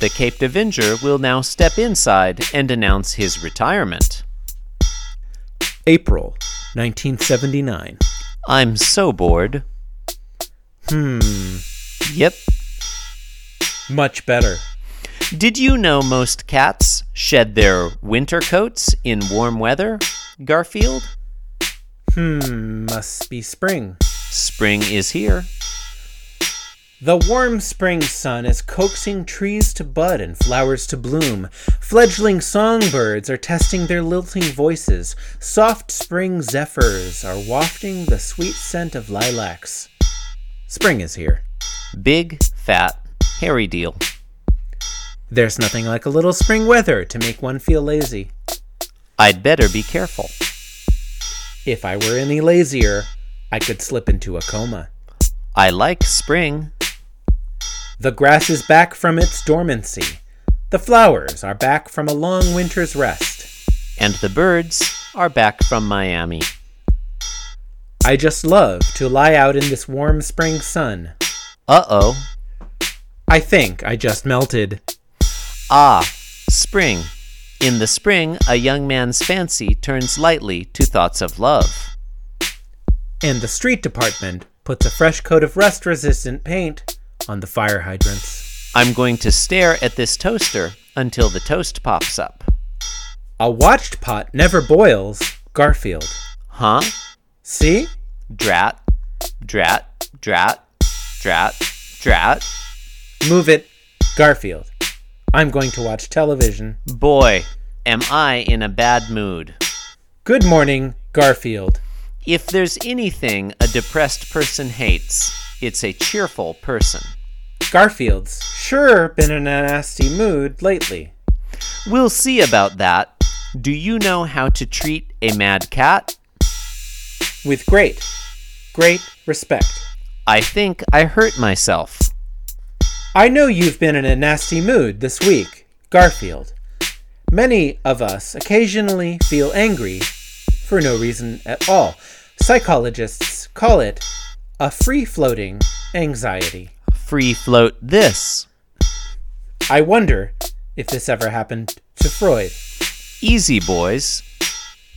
A: The Caped Avenger will now step inside and announce his retirement.
B: April 1979.
A: I'm so bored.
B: Hmm,
A: Yep.
B: much better.
A: Did you know most cats shed their winter coats in warm weather? Garfield?
B: Hmm, must be spring.
A: Spring is here.
B: The warm spring sun is coaxing trees to bud and flowers to bloom. Fledgling songbirds are testing their lilting voices. Soft spring zephyrs are wafting the sweet scent of lilacs. Spring is here.
A: Big, fat, hairy deal.
B: There's nothing like a little spring weather to make one feel lazy.
A: I'd better be careful.
B: If I were any lazier, I could slip into a coma.
A: I like spring.
B: The grass is back from its dormancy. The flowers are back from a long winter's rest.
A: And the birds are back from Miami.
B: I just love to lie out in this warm spring sun.
A: Uh oh.
B: I think I just melted.
A: Ah, spring. In the spring, a young man's fancy turns lightly to thoughts of love.
B: And the street department puts a fresh coat of rust resistant paint on the fire hydrants.
A: I'm going to stare at this toaster until the toast pops up.
B: A watched pot never boils, Garfield.
A: Huh?
B: See?
A: Drat, drat, drat, drat, drat.
B: Move it, Garfield. I'm going to watch television.
A: Boy, am I in a bad mood.
B: Good morning, Garfield.
A: If there's anything a depressed person hates, it's a cheerful person.
B: Garfield's sure been in a nasty mood lately.
A: We'll see about that. Do you know how to treat a mad cat?
B: With great, great respect.
A: I think I hurt myself.
B: I know you've been in a nasty mood this week, Garfield. Many of us occasionally feel angry for no reason at all. Psychologists call it a free floating anxiety.
A: Free float this.
B: I wonder if this ever happened to Freud.
A: Easy, boys.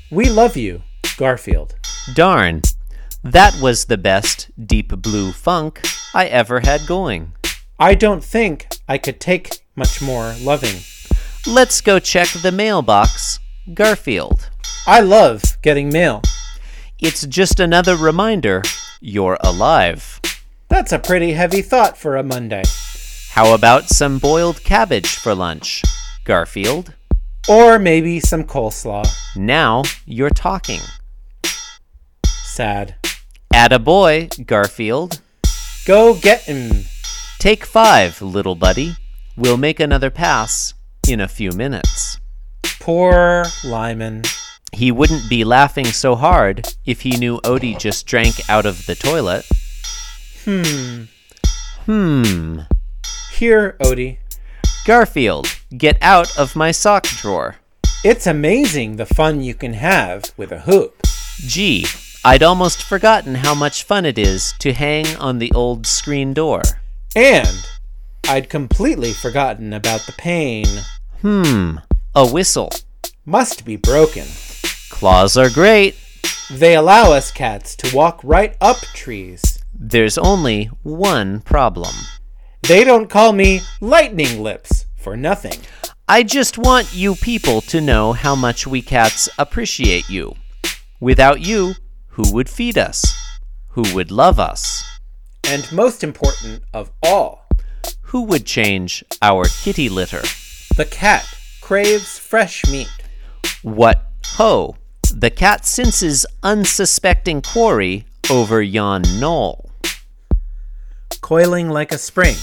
B: We love you, Garfield.
A: Darn. That was the best deep blue funk I ever had going.
B: I don't think I could take much more loving.
A: Let's go check the mailbox, Garfield.
B: I love getting mail.
A: It's just another reminder you're alive.
B: That's a pretty heavy thought for a Monday.
A: How about some boiled cabbage for lunch, Garfield?
B: Or maybe some coleslaw.
A: Now you're talking.
B: Sad.
A: Attaboy, Garfield.
B: Go get him.
A: Take five, little buddy. We'll make another pass in a few minutes.
B: Poor Lyman.
A: He wouldn't be laughing so hard if he knew Odie just drank out of the toilet.
B: Hmm.
A: Hmm.
B: Here, Odie.
A: Garfield, get out of my sock drawer.
B: It's amazing the fun you can have with a hoop.
A: Gee, I'd almost forgotten how much fun it is to hang on the old screen door.
B: And I'd completely forgotten about the pain.
A: Hmm. A whistle.
B: Must be broken.
A: Claws are great.
B: They allow us cats to walk right up trees.
A: There's only one problem.
B: They don't call me Lightning Lips for nothing.
A: I just want you people to know how much we cats appreciate you. Without you, who would feed us? Who would love us?
B: And most important of all,
A: Who would change our kitty litter?
B: the cat craves fresh meat.
A: What ho! The cat senses unsuspecting quarry over yon knoll.
B: Coiling like a spring,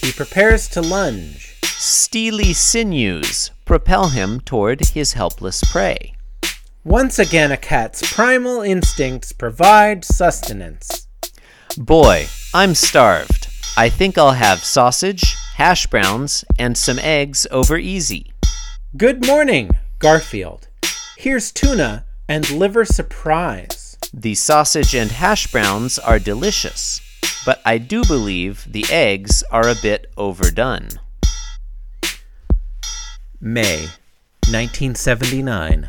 B: he prepares to lunge.
A: Steely sinews propel him toward his helpless prey.
B: Once again, a cat's primal instincts provide sustenance.
A: Boy, I'm starved. I think I'll have sausage, hash browns, and some eggs over easy.
B: Good morning, Garfield. Here's tuna and liver surprise.
A: The sausage and hash browns are delicious, but I do believe the eggs are a bit overdone.
B: May 1979.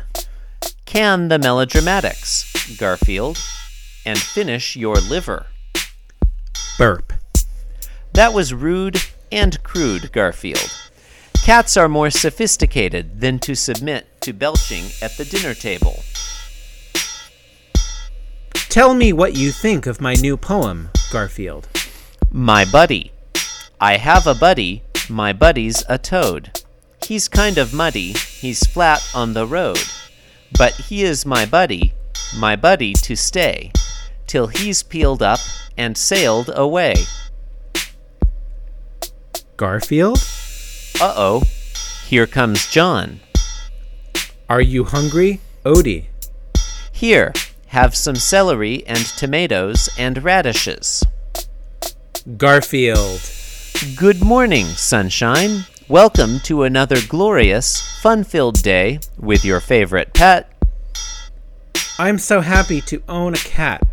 A: Can the melodramatics, Garfield, and finish your liver.
B: Burp.
A: That was rude and crude, Garfield. Cats are more sophisticated than to submit to belching at the dinner table.
B: Tell me what you think of my new poem, Garfield.
A: My buddy. I have a buddy. My buddy's a toad. He's kind of muddy. He's flat on the road. But he is my buddy, my buddy to stay, till he's peeled up and sailed away.
B: Garfield?
A: Uh oh. Here comes John.
B: Are you hungry, Odie?
A: Here, have some celery and tomatoes and radishes.
B: Garfield.
A: Good morning, sunshine. Welcome to another glorious, fun filled day with your favorite pet.
B: I'm so happy to own a cat.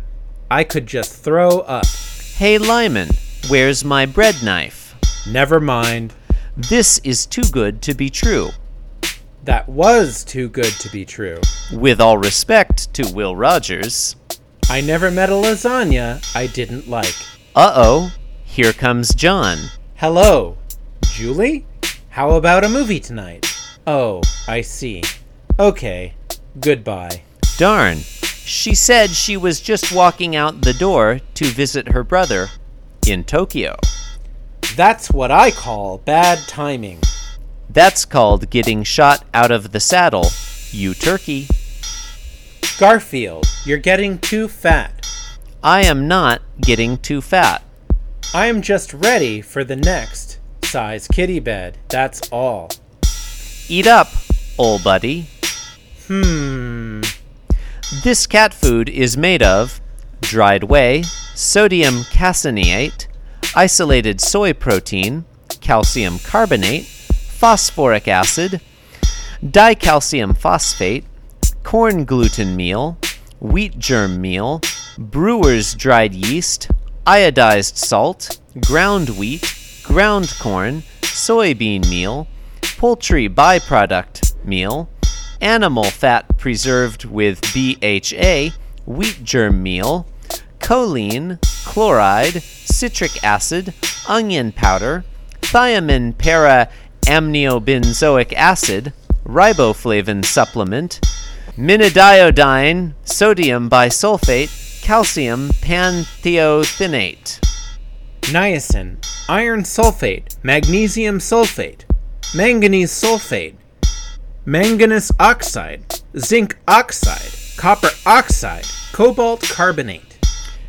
B: I could just throw up.
A: Hey Lyman, where's my bread knife?
B: Never mind.
A: This is too good to be true.
B: That was too good to be true.
A: With all respect to Will Rogers.
B: I never met a lasagna I didn't like.
A: Uh oh, here comes John.
B: Hello, Julie? How about a movie tonight? Oh, I see. Okay, goodbye.
A: Darn, she said she was just walking out the door to visit her brother in Tokyo.
B: That's what I call bad timing.
A: That's called getting shot out of the saddle, you turkey.
B: Garfield, you're getting too fat.
A: I am not getting too fat.
B: I am just ready for the next size kitty bed, that's all.
A: Eat up, old buddy.
B: Hmm.
A: This cat food is made of dried whey, sodium caseinate, isolated soy protein, calcium carbonate, phosphoric acid, dicalcium phosphate, corn gluten meal, wheat germ meal, brewer's dried yeast, iodized salt, ground wheat, ground corn, soybean meal, poultry byproduct meal, animal fat preserved with BHA, wheat germ meal, choline, chloride, citric acid, onion powder, thiamine para amniobenzoic acid, riboflavin supplement, minidiodine, sodium bisulfate, calcium pantheothinate.
B: niacin, iron sulfate, magnesium sulfate, manganese sulfate, manganese oxide, zinc oxide, copper oxide, cobalt carbonate.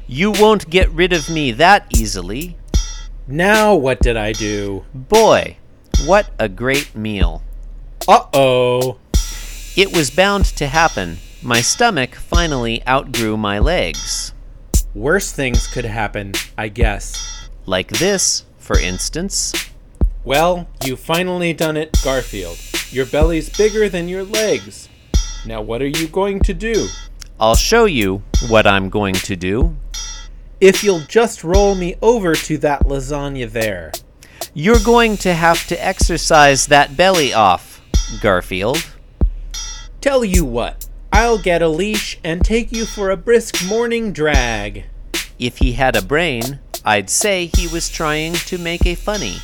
A: You won't get rid of me that easily.
B: Now, what did I do?
A: Boy, what a great meal.
B: Uh oh.
A: It was bound to happen. My stomach finally outgrew my legs.
B: Worse things could happen, I guess.
A: Like this, for instance.
B: Well, you've finally done it, Garfield. Your belly's bigger than your legs. Now, what are you going to do?
A: I'll show you what I'm going to do.
B: If you'll just roll me over to that lasagna there.
A: You're going to have to exercise that belly off, Garfield.
B: Tell you what, I'll get a leash and take you for a brisk morning drag.
A: If he had a brain, I'd say he was trying to make a funny.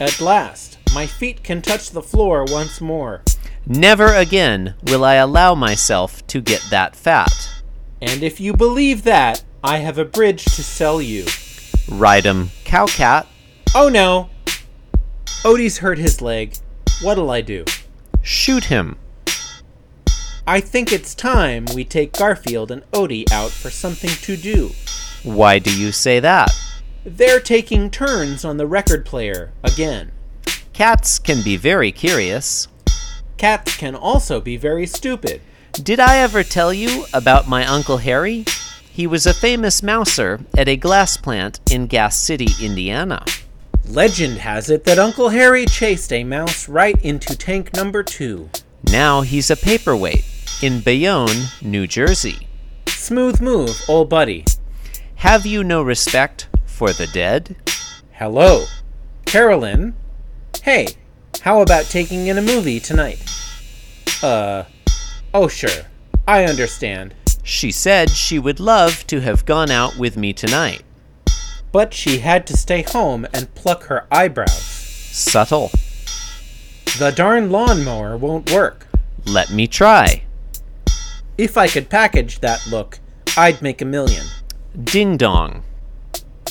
B: At last, my feet can touch the floor once more.
A: Never again will I allow myself to get that fat.
B: And if you believe that, I have a bridge to sell you.
A: Ride 'em, cowcat.
B: Oh no! Odie's hurt his leg. What'll I do?
A: Shoot him.
B: I think it's time we take Garfield and Odie out for something to do.
A: Why do you say that?
B: They're taking turns on the record player again.
A: Cats can be very curious.
B: Cats can also be very stupid.
A: Did I ever tell you about my Uncle Harry? He was a famous mouser at a glass plant in Gas City, Indiana.
B: Legend has it that Uncle Harry chased a mouse right into tank number two.
A: Now he's a paperweight in Bayonne, New Jersey.
B: Smooth move, old buddy.
A: Have you no respect for the dead?
B: Hello. Carolyn? Hey, how about taking in a movie tonight? Uh, oh sure. I understand.
A: She said she would love to have gone out with me tonight.
B: But she had to stay home and pluck her eyebrows.
A: Subtle.
B: The darn lawnmower won't work.
A: Let me try.
B: If I could package that look, I'd make a million.
A: Ding dong.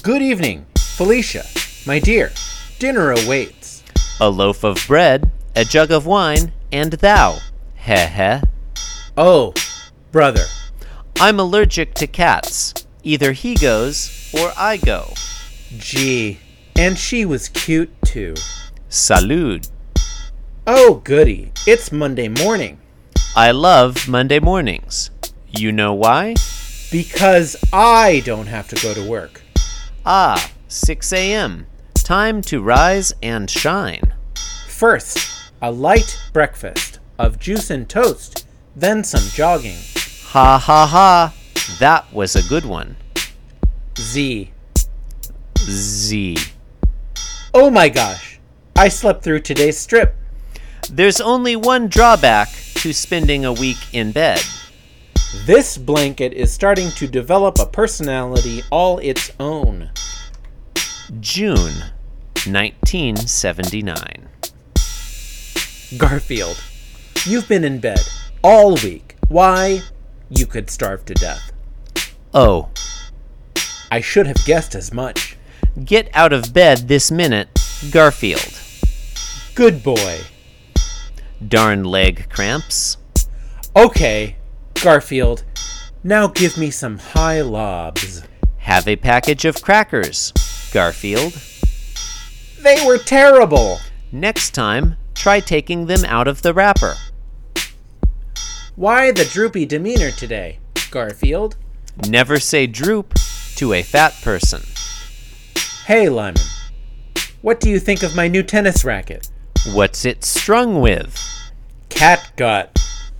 B: Good evening, Felicia, my dear. Dinner awaits.
A: A loaf of bread, a jug of wine, and thou. Heh heh.
B: Oh, brother.
A: I'm allergic to cats. Either he goes or I go.
B: Gee. And she was cute too.
A: Salud.
B: Oh, goody. It's Monday morning.
A: I love Monday mornings. You know why?
B: Because I don't have to go to work.
A: Ah, 6 a.m. Time to rise and shine.
B: First, a light breakfast of juice and toast, then some jogging.
A: Ha ha ha. That was a good one.
B: Z.
A: Z.
B: Oh my gosh. I slept through today's strip.
A: There's only one drawback to spending a week in bed.
B: This blanket is starting to develop a personality all its own.
A: June 1979.
B: Garfield, you've been in bed all week. Why? You could starve to death.
A: Oh,
B: I should have guessed as much.
A: get out of bed this minute, Garfield.
B: Good boy.
A: Darn leg cramps.
B: Okay, Garfield, now give me some high lobs.
A: Have a package of crackers, Garfield.
B: They were terrible.
A: Next time, try taking them out of the wrapper.
B: Why the droopy demeanor today, Garfield?
A: Never say droop to a fat person.
B: Hey, Lyman, what do you think of my new tennis racket?
A: What's it strung with?
B: Cat gut.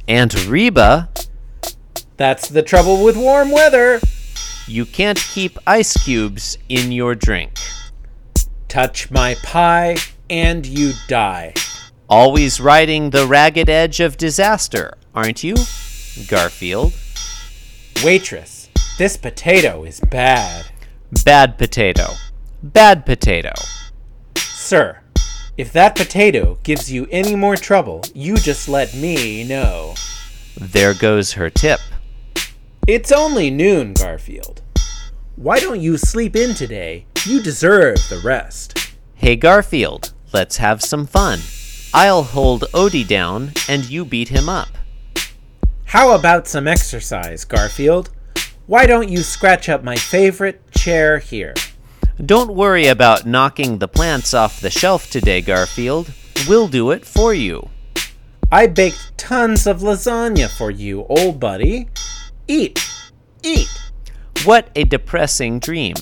A: Aunt Reba,
B: That's the trouble with warm weather.
A: you can't keep ice cubes in your drink.
B: Touch my pie and you die.
A: Always riding the ragged edge of disaster, aren't you, Garfield?
B: Waitress, this potato is bad.
A: Bad potato. Bad potato.
B: Sir, if that potato gives you any more trouble, you just let me know.
A: There goes her tip.
B: It's only noon, Garfield. Why don't you sleep in today? You deserve the rest.
A: Hey, Garfield, let's have some fun. I'll hold Odie down and you beat him up.
B: How about some exercise, Garfield? Why don't you scratch up my favorite chair here?
A: Don't worry about knocking the plants off the shelf today, Garfield. We'll do it for you.
B: I baked tons of lasagna for you, old buddy. Eat, eat.
A: What a depressing dream.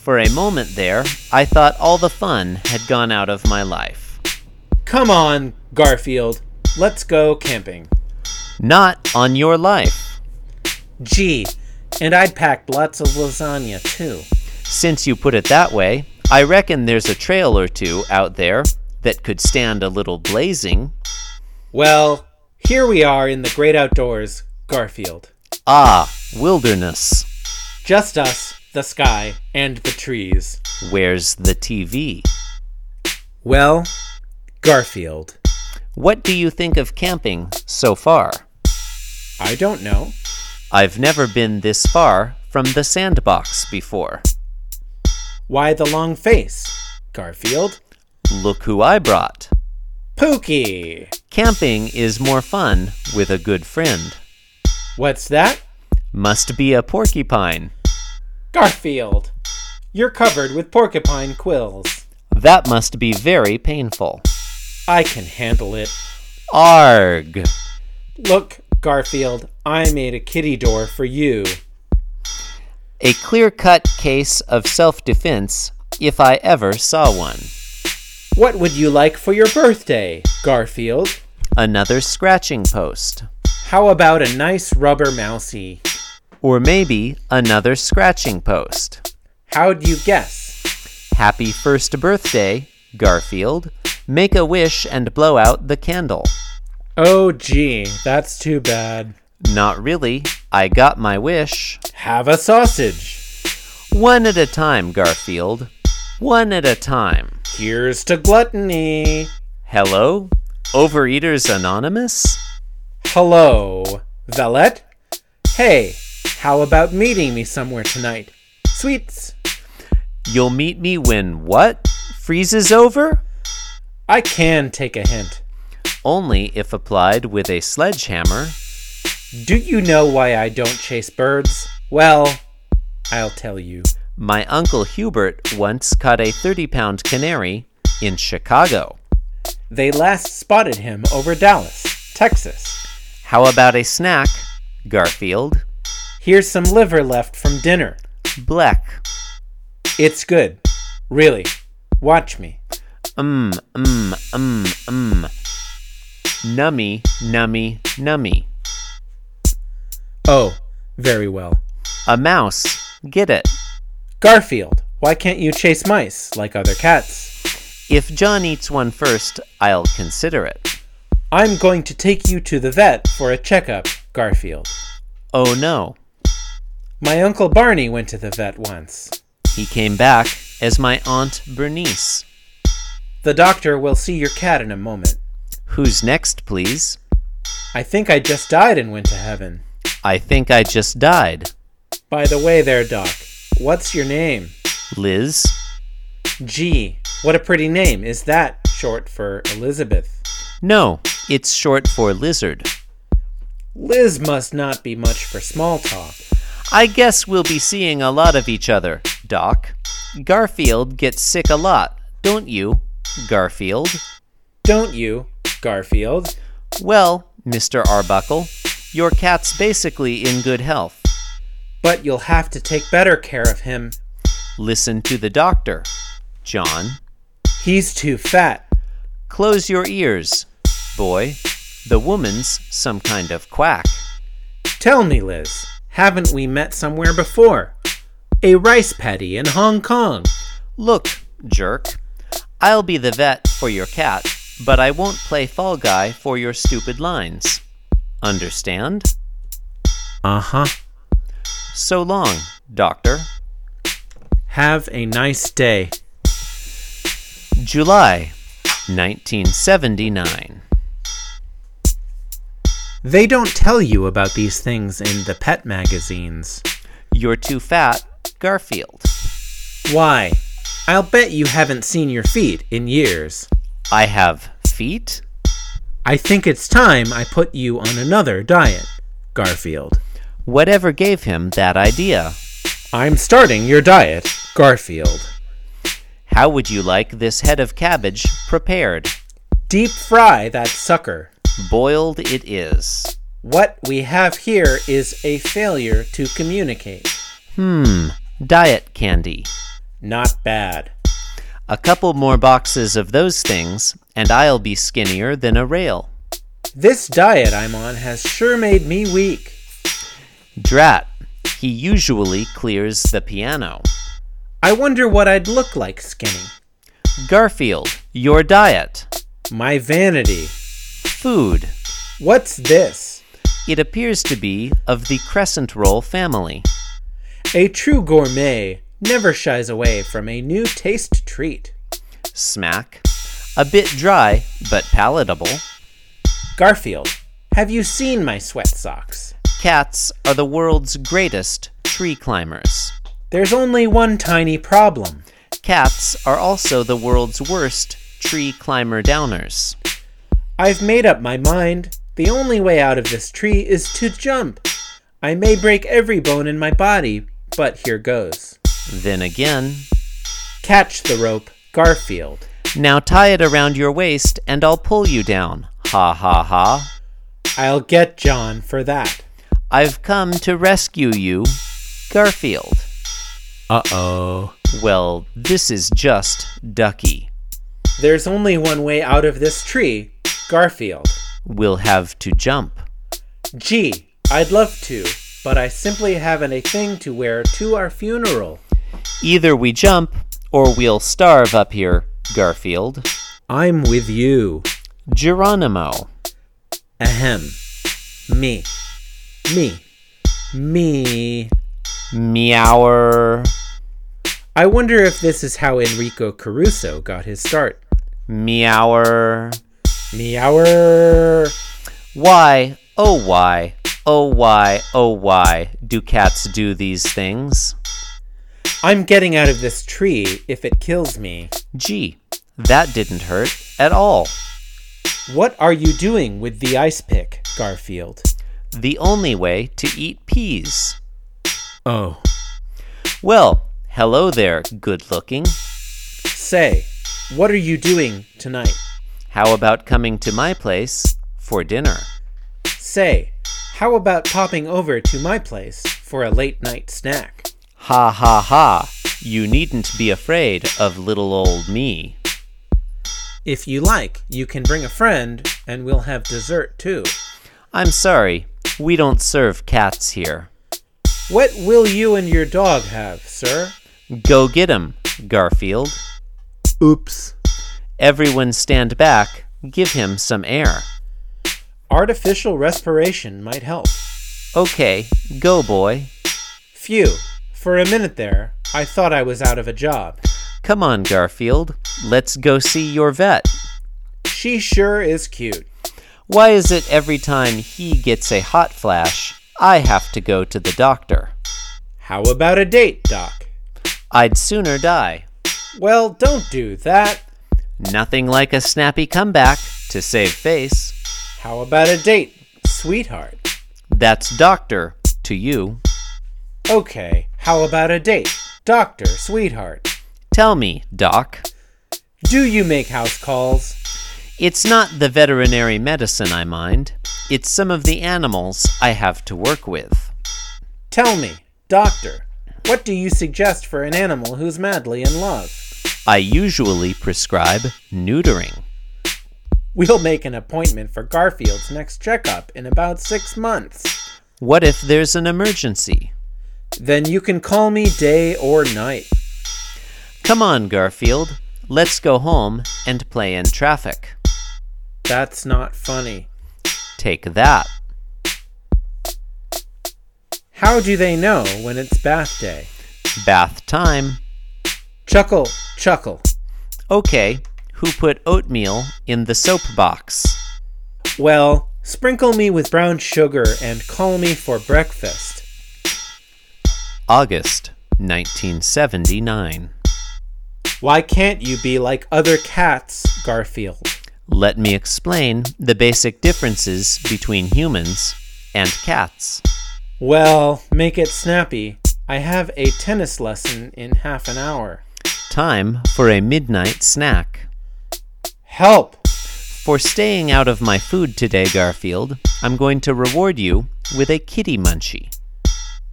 A: For a moment there, I thought all the fun had gone out of my life.
B: Come on, Garfield. Let's go camping.
A: Not on your life,
B: Gee, and I packed lots of lasagna too.
A: since you put it that way. I reckon there's a trail or two out there that could stand a little blazing.
B: Well, here we are in the great outdoors, Garfield.
A: Ah, wilderness.
B: Just us, the sky, and the trees.
A: Where's the TV?
B: Well, Garfield,
A: What do you think of camping so far?
B: I don't know.
A: I've never been this far from the sandbox before.
B: Why the long face, Garfield?
A: Look who I brought.
B: Pookie!
A: Camping is more fun with a good friend.
B: What's that?
A: Must be a porcupine.
B: Garfield! You're covered with porcupine quills.
A: That must be very painful.
B: I can handle it.
A: Arg.
B: Look, Garfield, I made a kitty door for you.
A: A clear cut case of self defense, if I ever saw one.
B: What would you like for your birthday, Garfield?
A: Another scratching post.
B: How about a nice rubber mousey?
A: Or maybe another scratching post.
B: How'd you guess?
A: Happy first birthday, Garfield. Make a wish and blow out the candle.
B: Oh, gee, that's too bad.
A: Not really. I got my wish.
B: Have a sausage.
A: One at a time, Garfield. One at a time.
B: Here's to gluttony.
A: Hello? Overeaters Anonymous?
B: Hello, Velvet. Hey, how about meeting me somewhere tonight? Sweets,
A: You'll meet me when what? Freezes over?
B: I can take a hint.
A: Only if applied with a sledgehammer.
B: Do you know why I don't chase birds? Well, I'll tell you.
A: My Uncle Hubert once caught a 30 pound canary in Chicago.
B: They last spotted him over Dallas, Texas.
A: How about a snack, Garfield?
B: Here's some liver left from dinner.
A: Bleck.
B: It's good. Really. Watch me.
A: Mm, mm, mm, mm. Nummy, nummy, nummy.
B: Oh, very well.
A: A mouse. Get it.
B: Garfield, why can't you chase mice like other cats?
A: If John eats one first, I'll consider it.
B: I'm going to take you to the vet for a checkup, Garfield.
A: Oh no.
B: My Uncle Barney went to the vet once.
A: He came back as my Aunt Bernice.
B: The doctor will see your cat in a moment.
A: Who's next, please?
B: I think I just died and went to heaven.
A: I think I just died.
B: By the way, there, Doc, what's your name?
A: Liz?
B: Gee, what a pretty name. Is that short for Elizabeth?
A: No, it's short for lizard.
B: Liz must not be much for small talk.
A: I guess we'll be seeing a lot of each other, Doc. Garfield gets sick a lot, don't you, Garfield?
B: Don't you, Garfield?
A: Well, Mr. Arbuckle, your cat's basically in good health.
B: But you'll have to take better care of him.
A: Listen to the doctor. John,
B: He's too fat.
A: close your ears. Boy, the woman's some kind of quack.
B: Tell me, Liz, haven't we met somewhere before? A rice paddy in Hong Kong.
A: Look, jerk, I'll be the vet for your cat, but I won't play Fall Guy for your stupid lines. Understand?
B: Uh huh.
A: So long, Doctor.
B: Have a nice day.
A: July 1979.
B: They don't tell you about these things in the pet magazines.
A: You're too fat, Garfield.
B: Why? I'll bet you haven't seen your feet in years.
A: I have feet?
B: I think it's time I put you on another diet, Garfield.
A: Whatever gave him that idea?
B: I'm starting your diet, Garfield.
A: How would you like this head of cabbage prepared?
B: Deep fry that sucker.
A: Boiled it is.
B: What we have here is a failure to communicate.
A: Hmm, diet candy.
B: Not bad.
A: A couple more boxes of those things, and I'll be skinnier than a rail.
B: This diet I'm on has sure made me weak.
A: Drat, he usually clears the piano.
B: I wonder what I'd look like skinny.
A: Garfield, your diet.
B: My vanity.
A: Food.
B: What's this?
A: It appears to be of the crescent roll family.
B: A true gourmet never shies away from a new taste treat.
A: Smack. A bit dry, but palatable.
B: Garfield, have you seen my sweat socks?
A: Cats are the world's greatest tree climbers.
B: There's only one tiny problem.
A: Cats are also the world's worst tree climber downers.
B: I've made up my mind. The only way out of this tree is to jump. I may break every bone in my body, but here goes.
A: Then again,
B: Catch the rope, Garfield.
A: now tie it around your waist and I'll pull you down. Ha ha ha.
B: I'll get John for that.
A: I've come to rescue you, Garfield.
B: Uh oh.
A: Well, this is just ducky.
B: There's only one way out of this tree, Garfield.
A: We'll have to jump.
B: Gee, I'd love to, but I simply haven't a thing to wear to our funeral.
A: Either we jump or we'll starve up here, Garfield.
B: I'm with you.
A: Geronimo.
B: Ahem. Me. Me. Me.
A: Meower.
B: I wonder if this is how Enrico Caruso got his start.
A: Meower.
B: Meower.
A: Why, oh why, oh why, oh why do cats do these things?
B: I'm getting out of this tree if it kills me.
A: Gee, that didn't hurt at all.
B: What are you doing with the ice pick, Garfield?
A: The only way to eat peas.
B: Oh.
A: Well, hello there, good looking.
B: Say, what are you doing tonight?
A: How about coming to my place for dinner?
B: Say, how about popping over to my place for a late night snack?
A: Ha ha ha, you needn't be afraid of little old me.
B: If you like, you can bring a friend and we'll have dessert too.
A: I'm sorry, we don't serve cats here.
B: What will you and your dog have, sir?
A: Go get 'em, Garfield.
B: Oops.
A: Everyone stand back, give him some air.
B: Artificial respiration might help.
A: Okay, go, boy.
B: Phew, for a minute there, I thought I was out of a job.
A: Come on, Garfield. Let's go see your vet.
B: She sure is cute.
A: Why is it every time he gets a hot flash, I have to go to the doctor?
B: How about a date, Doc?
A: I'd sooner die.
B: Well, don't do that.
A: Nothing like a snappy comeback to save face.
B: How about a date, sweetheart?
A: That's doctor to you.
B: Okay, how about a date, doctor, sweetheart?
A: Tell me, doc.
B: Do you make house calls?
A: It's not the veterinary medicine I mind, it's some of the animals I have to work with.
B: Tell me, doctor, what do you suggest for an animal who's madly in love?
A: I usually prescribe neutering.
B: We'll make an appointment for Garfield's next checkup in about six months.
A: What if there's an emergency?
B: Then you can call me day or night.
A: Come on, Garfield. Let's go home and play in traffic.
B: That's not funny.
A: Take that.
B: How do they know when it's bath day?
A: Bath time.
B: Chuckle, chuckle.
A: Okay, who put oatmeal in the soap box?
B: Well, sprinkle me with brown sugar and call me for breakfast.
A: August 1979.
B: Why can't you be like other cats, Garfield?
A: Let me explain the basic differences between humans and cats.
B: Well, make it snappy. I have a tennis lesson in half an hour.
A: Time for a midnight snack.
B: Help!
A: For staying out of my food today, Garfield, I'm going to reward you with a kitty munchie.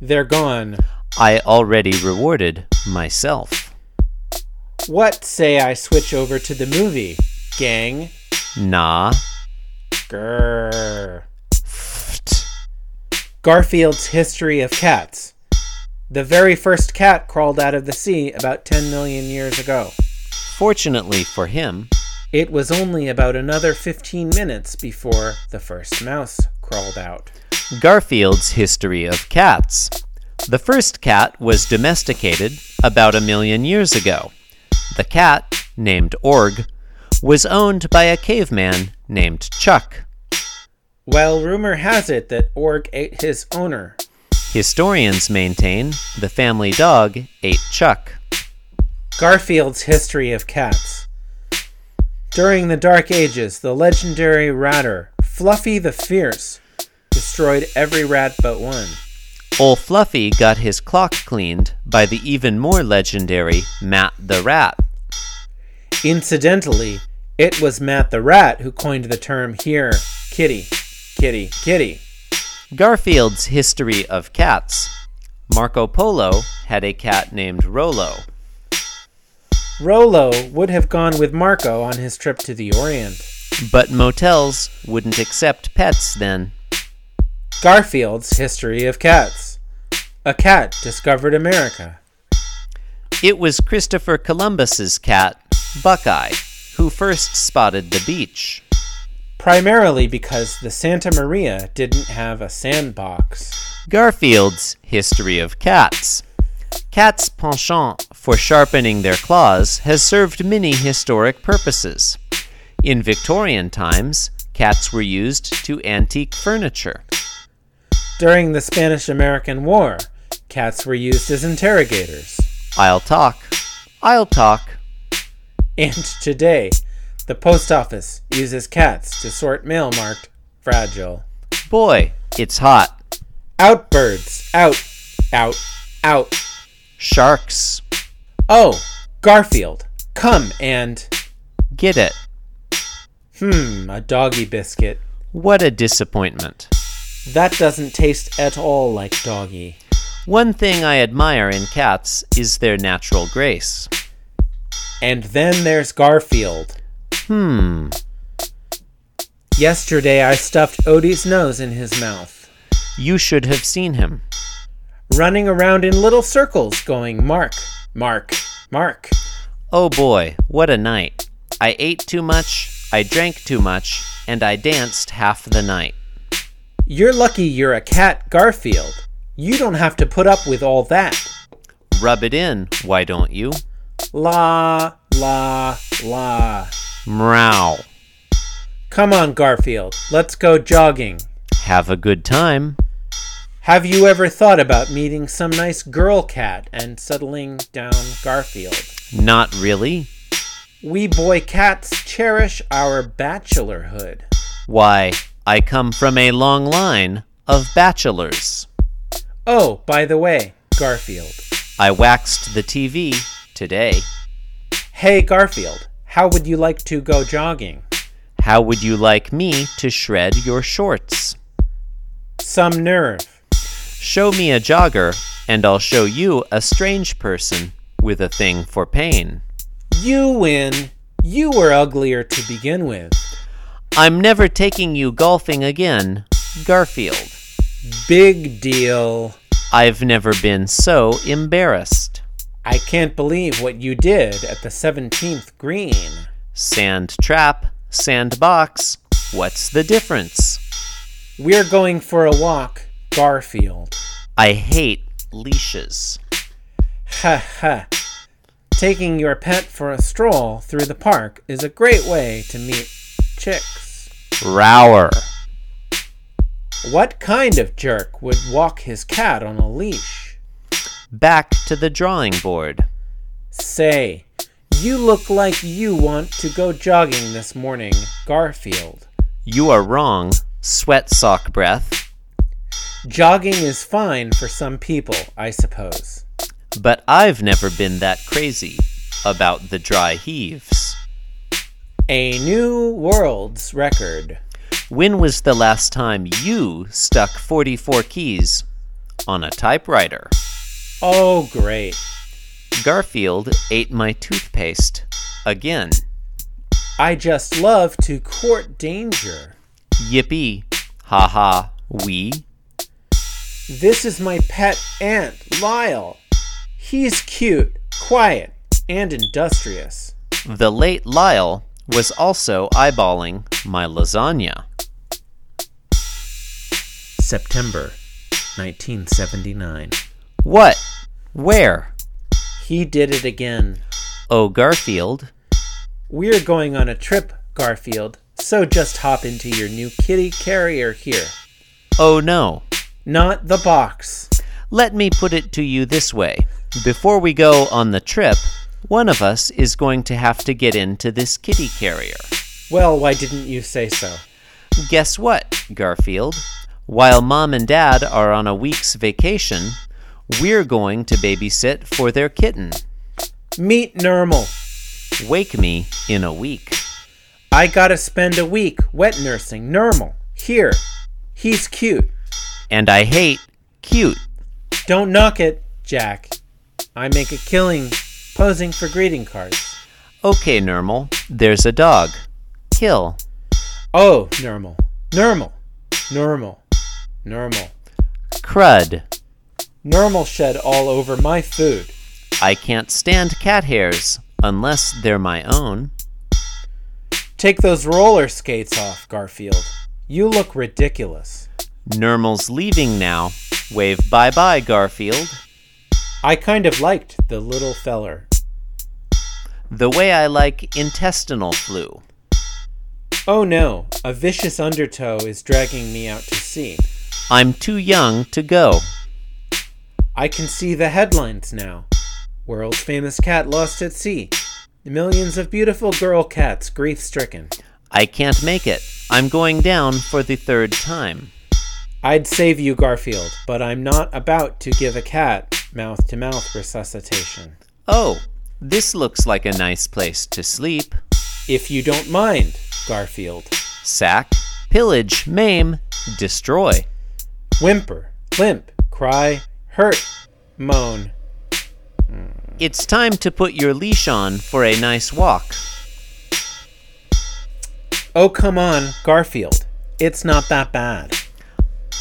B: They're gone.
A: I already rewarded myself.
B: What say I switch over to the movie? Gang?
A: Nah.
B: Grrr.
A: Pft.
B: Garfield's History of Cats. The very first cat crawled out of the sea about 10 million years ago.
A: Fortunately for him,
B: It was only about another 15 minutes before the first mouse crawled out.
A: Garfield's History of Cats. The first cat was domesticated about a million years ago. The cat, named Org, was owned by a caveman named Chuck.
B: Well, rumor has it that Org ate his owner.
A: Historians maintain the family dog ate Chuck.
B: Garfield's History of Cats. During the Dark Ages, the legendary ratter, Fluffy the Fierce, destroyed every rat but one.
A: Ol' Fluffy got his clock cleaned by the even more legendary Matt the Rat.
B: Incidentally, it was Matt the Rat who coined the term here, kitty, kitty, kitty.
A: Garfield's History of Cats. Marco Polo had a cat named Rolo.
B: Rolo would have gone with Marco on his trip to the Orient.
A: But motels wouldn't accept pets then.
B: Garfield's History of Cats. A cat discovered America.
A: It was Christopher Columbus's cat, Buckeye, who first spotted the beach.
B: Primarily because the Santa Maria didn't have a sandbox.
A: Garfield's History of Cats. Cats' penchant for sharpening their claws has served many historic purposes. In Victorian times, cats were used to antique furniture.
B: During the Spanish American War, cats were used as interrogators.
A: I'll talk. I'll talk.
B: And today, the post office uses cats to sort mail marked fragile.
A: Boy, it's hot.
B: Out birds, out, out, out.
A: Sharks.
B: Oh, Garfield, come and.
A: Get it.
B: Hmm, a doggy biscuit.
A: What a disappointment.
B: That doesn't taste at all like doggy.
A: One thing I admire in cats is their natural grace.
B: And then there's Garfield.
A: Hmm.
B: Yesterday I stuffed Odie's nose in his mouth,
A: You should have seen him.
B: running around in little circles going mark, mark, mark.
A: Oh boy, what a night. I ate too much, I drank too much, and I danced half the night.
B: You're lucky you're a cat, Garfield. You don't have to put up with all that.
A: Rub it in, why don't you?
B: La, la, la.
A: Mrow.
B: Come on, Garfield, let's go jogging.
A: Have a good time.
B: Have you ever thought about meeting some nice girl cat and settling down Garfield?
A: Not really.
B: We boy cats cherish our bachelorhood.
A: Why, I come from a long line of bachelors.
B: Oh, by the way, Garfield.
A: I waxed the TV today.
B: Hey, Garfield, how would you like to go jogging?
A: How would you like me to shred your shorts?
B: Some nerve.
A: Show me a jogger, and I'll show you a strange person with a thing for pain.
B: You win. You were uglier to begin with.
A: I'm never taking you golfing again, Garfield.
B: Big deal.
A: I've never been so embarrassed.
B: I can't believe what you did at the 17th green.
A: Sand trap, sandbox, What's the difference?
B: We're going for a walk, Garfield.
A: I hate leashes.
B: Ha ha. Taking your pet for a stroll through the park is a great way to meet chicks.
A: Rower.
B: What kind of jerk would walk his cat on a leash?
A: Back to the drawing board.
B: Say, you look like you want to go jogging this morning, Garfield.
A: You are wrong. Sweat sock breath.
B: Jogging is fine for some people, I suppose.
A: But I've never been that crazy about the dry heaves.
B: A new world's record.
A: When was the last time you stuck 44 keys on a typewriter?
B: Oh, great.
A: Garfield ate my toothpaste again.
B: I just love to court danger.
A: Yippee. Ha ha. Wee.
B: This is my pet ant, Lyle. He's cute, quiet, and industrious.
A: The late Lyle was also eyeballing my lasagna.
B: September 1979.
A: What? Where?
B: He did it again.
A: Oh, Garfield.
B: We're going on a trip, Garfield, so just hop into your new kitty carrier here.
A: Oh, no.
B: Not the box.
A: Let me put it to you this way. Before we go on the trip, one of us is going to have to get into this kitty carrier.
B: Well, why didn't you say so?
A: Guess what, Garfield? While mom and dad are on a week's vacation, we're going to babysit for their kitten.
B: Meet Normal.
A: Wake me in a week.
B: I gotta spend a week wet nursing Normal. Here. He's cute.
A: And I hate cute.
B: Don't knock it, Jack. I make a killing posing for greeting cards.
A: Okay, Normal, there's a dog. Kill.
B: Oh, normal. Normal. Normal. Normal.
A: Crud.
B: Normal shed all over my food.
A: I can't stand cat hairs unless they're my own.
B: Take those roller skates off, Garfield. You look ridiculous.
A: Normal's leaving now. Wave bye bye, Garfield.
B: I kind of liked the little feller.
A: The way I like intestinal flu.
B: Oh no, a vicious undertow is dragging me out to sea.
A: I'm too young to go.
B: I can see the headlines now. World famous cat lost at sea. Millions of beautiful girl cats grief stricken.
A: I can't make it. I'm going down for the third time.
B: I'd save you, Garfield, but I'm not about to give a cat mouth to mouth resuscitation.
A: Oh, this looks like a nice place to sleep.
B: If you don't mind, Garfield.
A: Sack, pillage, maim, destroy.
B: Whimper, limp, cry, hurt, moan.
A: It's time to put your leash on for a nice walk.
B: Oh, come on, Garfield. It's not that bad.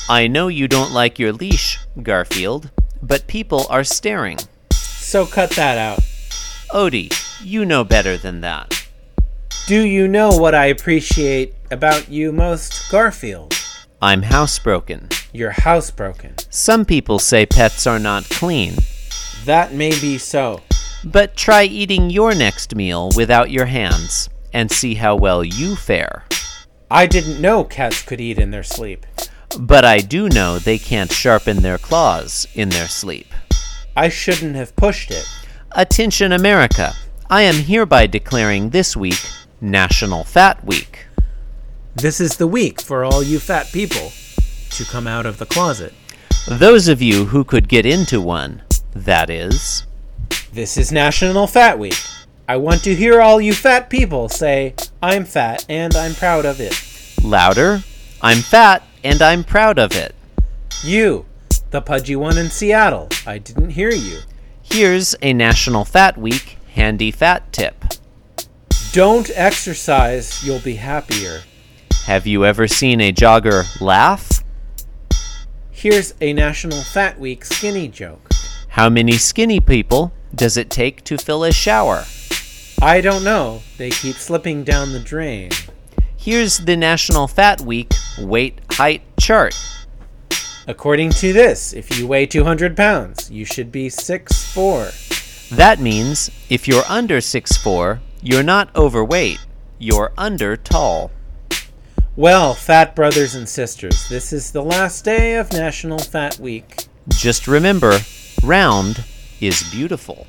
A: I know you don't like your leash, Garfield, but people are staring.
B: So cut that out.
A: Odie, you know better than that.
B: Do you know what I appreciate about you most, Garfield?
A: I'm housebroken.
B: You're housebroken.
A: Some people say pets are not clean,
B: That may be so.
A: but try eating your next meal without your hands and see how well you fare.
B: I didn't know cats could eat in their sleep.
A: But I do know they can't sharpen their claws in their sleep.
B: I shouldn't have pushed it.
A: Attention, America! I am hereby declaring this week National Fat Week.
B: This is the week for all you fat people to come out of the closet.
A: Those of you who could get into one, that is.
B: This is National Fat Week. I want to hear all you fat people say, I'm fat and I'm proud of it.
A: Louder, I'm fat and I'm proud of it.
B: You, the pudgy one in Seattle, I didn't hear you.
A: Here's a National Fat Week handy fat tip.
B: Don't exercise, you'll be happier.
A: Have you ever seen a jogger laugh?
B: Here's a National Fat Week skinny joke.
A: How many skinny people does it take to fill a shower?
B: I don't know, they keep slipping down the drain.
A: Here's the National Fat Week weight height chart.
B: According to this, if you weigh 200 pounds, you should be 6'4.
A: That means if you're under 6'4, you're not overweight, you're under tall.
B: Well, fat brothers and sisters, this is the last day of National Fat Week.
A: Just remember, round is beautiful.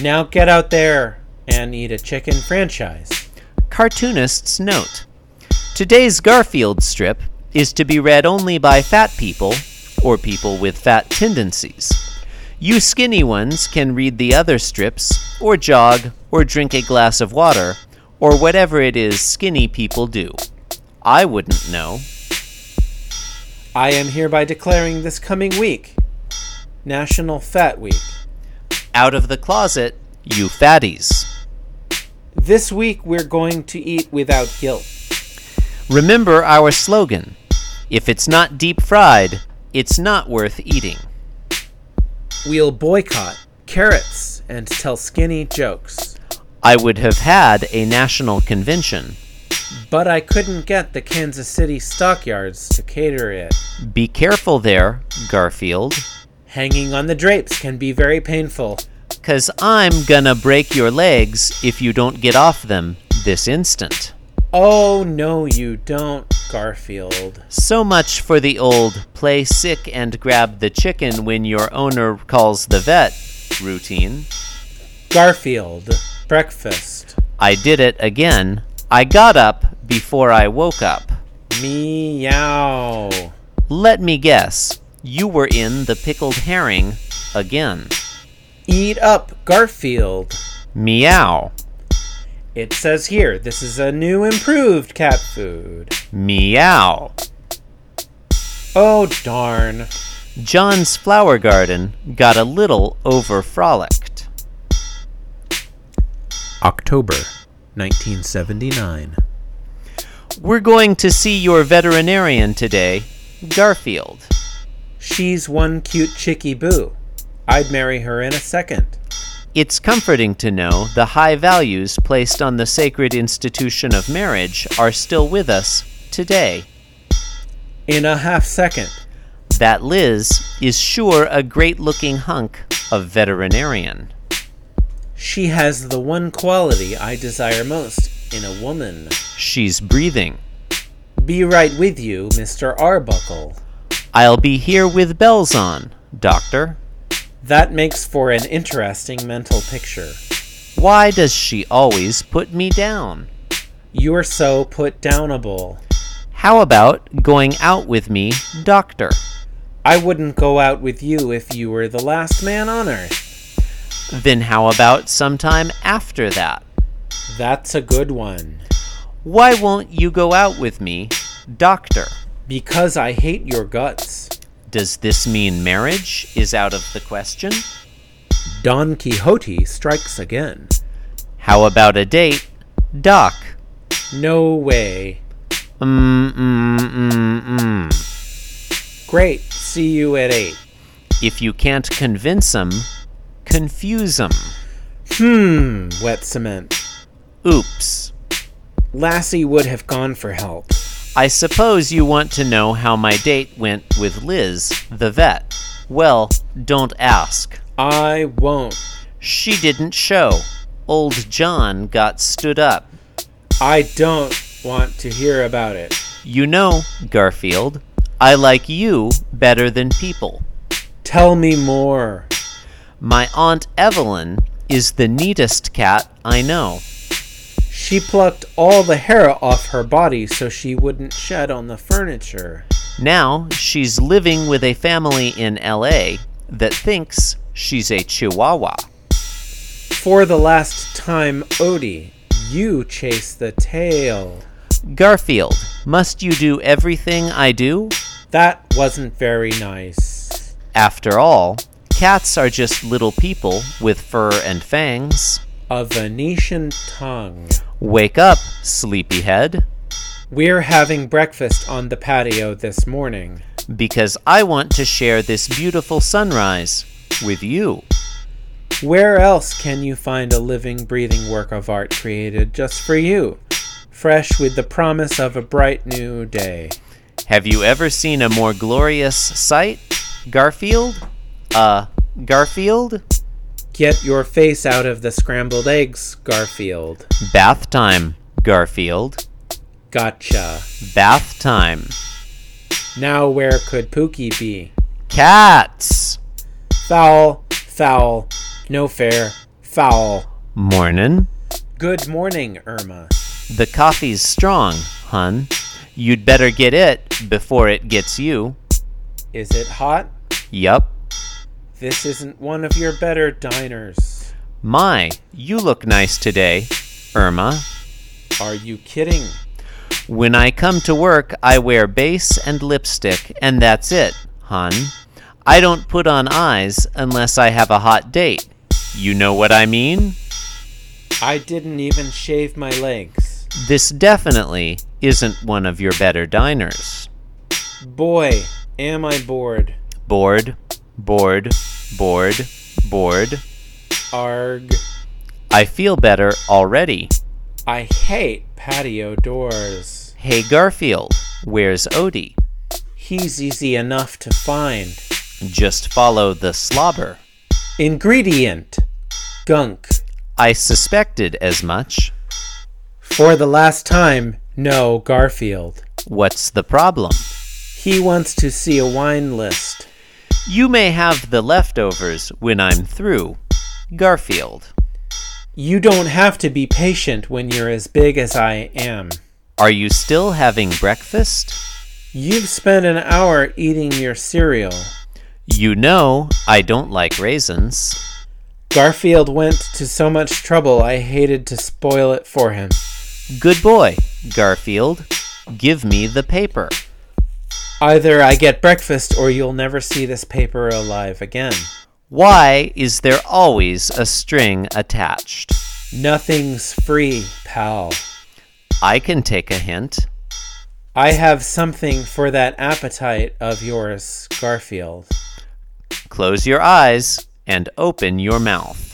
B: Now get out there and eat a chicken franchise.
A: Cartoonist's note Today's Garfield strip is to be read only by fat people or people with fat tendencies. You skinny ones can read the other strips, or jog, or drink a glass of water, or whatever it is skinny people do. I wouldn't know.
B: I am hereby declaring this coming week National Fat Week.
A: Out of the closet, you fatties.
B: This week we're going to eat without guilt.
A: Remember our slogan if it's not deep fried, it's not worth eating.
B: We'll boycott carrots and tell skinny jokes.
A: I would have had a national convention.
B: But I couldn't get the Kansas City stockyards to cater it.
A: Be careful there, Garfield,
B: Hanging on the drapes can be very painful.
A: cause I'm gonna break your legs if you don't get off them this instant.
B: Oh, no, you don't, Garfield.
A: So much for the old play sick and grab the chicken when your owner calls the vet routine.
B: Garfield, breakfast.
A: I did it again. I got up before I woke up.
B: Meow.
A: Let me guess, you were in the pickled herring again.
B: Eat up, Garfield.
A: Meow.
B: It says here this is a new improved cat food.
A: Meow.
B: Oh, darn.
A: John's flower garden got a little over frolicked.
B: October 1979.
A: We're going to see your veterinarian today, Garfield.
B: She's one cute chickie boo. I'd marry her in a second.
A: It's comforting to know the high values placed on the sacred institution of marriage are still with us today.
B: In a half second.
A: That Liz is sure a great looking hunk of veterinarian.
B: She has the one quality I desire most in a woman.
A: She's breathing.
B: Be right with you, Mr. Arbuckle.
A: I'll be here with bells on, Doctor.
B: That makes for an interesting mental picture.
A: Why does she always put me down?
B: You're so put downable.
A: How about going out with me, Doctor?
B: I wouldn't go out with you if you were the last man on earth.
A: Then how about sometime after that?
B: That's a good one.
A: Why won't you go out with me, Doctor?
B: Because I hate your guts.
A: Does this mean marriage is out of the question?
B: Don Quixote strikes again.
A: How about a date, Doc?
B: No way.
A: Mm, mm, mm, mm.
B: Great. See you at 8.
A: If you can't convince 'em, confuse 'em.
B: Hmm. Wet cement.
A: Oops.
B: Lassie would have gone for help.
A: I suppose you want to know how my date went with Liz, the vet. Well, don't ask.
B: I won't.
A: She didn't show. Old John got stood up.
B: I don't want to hear about it.
A: You know, Garfield, I like you better than people.
B: Tell me more.
A: My Aunt Evelyn is the neatest cat I know.
B: She plucked all the hair off her body so she wouldn't shed on the furniture.
A: Now she's living with a family in LA that thinks she's a chihuahua.
B: For the last time, Odie, you chase the tail.
A: Garfield, must you do everything I do?
B: That wasn't very nice.
A: After all, cats are just little people with fur and fangs.
B: A Venetian tongue.
A: Wake up, sleepyhead,
B: We're having breakfast on the patio this morning.
A: because I want to share this beautiful sunrise with you.
B: Where else can you find a living, breathing work of art created just for you? fresh with the promise of a bright new day.
A: Have you ever seen a more glorious sight? Garfield? Uh, Garfield?
B: Get your face out of the scrambled eggs, Garfield.
A: Bath time, Garfield.
B: Gotcha.
A: Bath time.
B: Now where could Pookie be?
A: Cats!
B: Foul, foul, no fair, foul.
A: Mornin'.
B: Good morning, Irma.
A: The coffee's strong, hun. You'd better get it before it gets you.
B: Is it hot?
A: Yup.
B: This isn't one of your better diners.
A: My, you look nice today, Irma.
B: Are you kidding?
A: When I come to work, I wear base and lipstick, and that's it, hun. I don't put on eyes unless I have a hot date. You know what I mean?
B: I didn't even shave my legs.
A: This definitely isn't one of your better diners.
B: Boy, am I bored.
A: Bored, bored, bored, bored.
B: Arg.
A: I feel better already.
B: I hate patio doors.
A: Hey Garfield, where's Odie?
B: He's easy enough to find.
A: Just follow the slobber.
B: Ingredient Gunk.
A: I suspected as much.
B: For the last time, no Garfield.
A: What's the problem?
B: He wants to see a wine list.
A: You may have the leftovers when I'm through. Garfield,
B: You don't have to be patient when you're as big as I am.
A: are you still having breakfast?
B: You've spent an hour eating your cereal.
A: You know I don't like raisins.
B: Garfield went to so much trouble I hated to spoil it for him.
A: Good boy, Garfield. Give me the paper.
B: Either I get breakfast or you'll never see this paper alive again.
A: Why is there always a string attached?
B: Nothing's free, pal.
A: I can take a hint.
B: I have something for that appetite of yours, Garfield.
A: Close your eyes and open your mouth.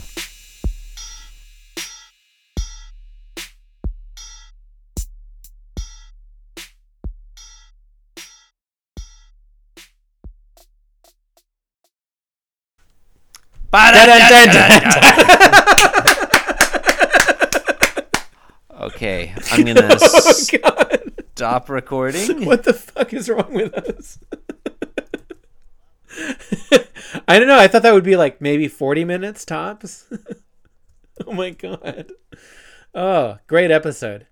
A: Okay, I'm gonna
B: God,
A: stop recording.
B: what the fuck is wrong with us? I don't know. I thought that would be like maybe 40 minutes tops. oh my God. Oh, great episode.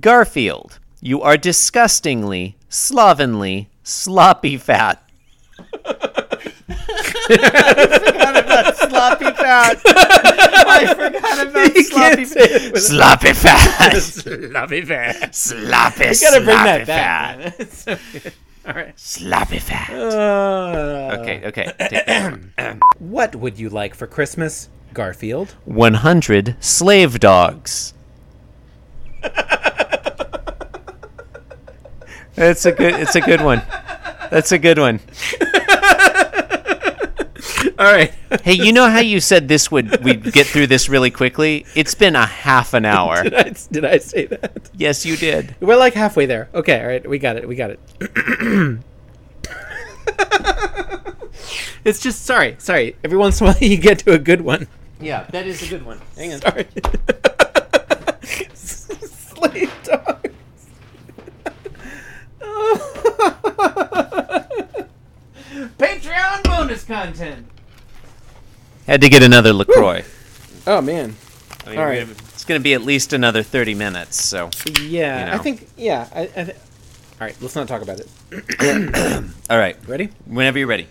A: Garfield, you are disgustingly, slovenly, sloppy fat. I forgot about sloppy fat. I forgot about sloppy fat. Sloppy fat.
B: Sloppy fat.
A: Sloppy,
B: You gotta bring
A: sloppy
B: that back. man. It's so good. All right.
A: Sloppy fat.
B: Uh,
A: Okay, okay. take that.
B: What would you like for Christmas, Garfield?
A: 100 slave dogs. That's a good it's a good one. That's a good one.
B: All right.
A: Hey, you know how you said this would we'd get through this really quickly? It's been a half an hour.
B: did, I, did I say that?
A: Yes, you did.
B: We're like halfway there. Okay. All right. We got it. We got it. it's just sorry. Sorry. Every once in a while you get to a good one.
A: Yeah, that is a good one. Hang on.
B: Sorry. Slave dogs.
C: Patreon bonus content.
A: Had to get another LaCroix.
B: Oh man.
A: I mean,
B: All
A: we're
B: right.
A: gonna- It's going to be at least another 30 minutes, so.
B: Yeah.
A: You
B: I
A: know.
B: think. Yeah. I. I th- all right. Let's not talk about it.
A: All right.
B: Ready?
A: Whenever you're ready.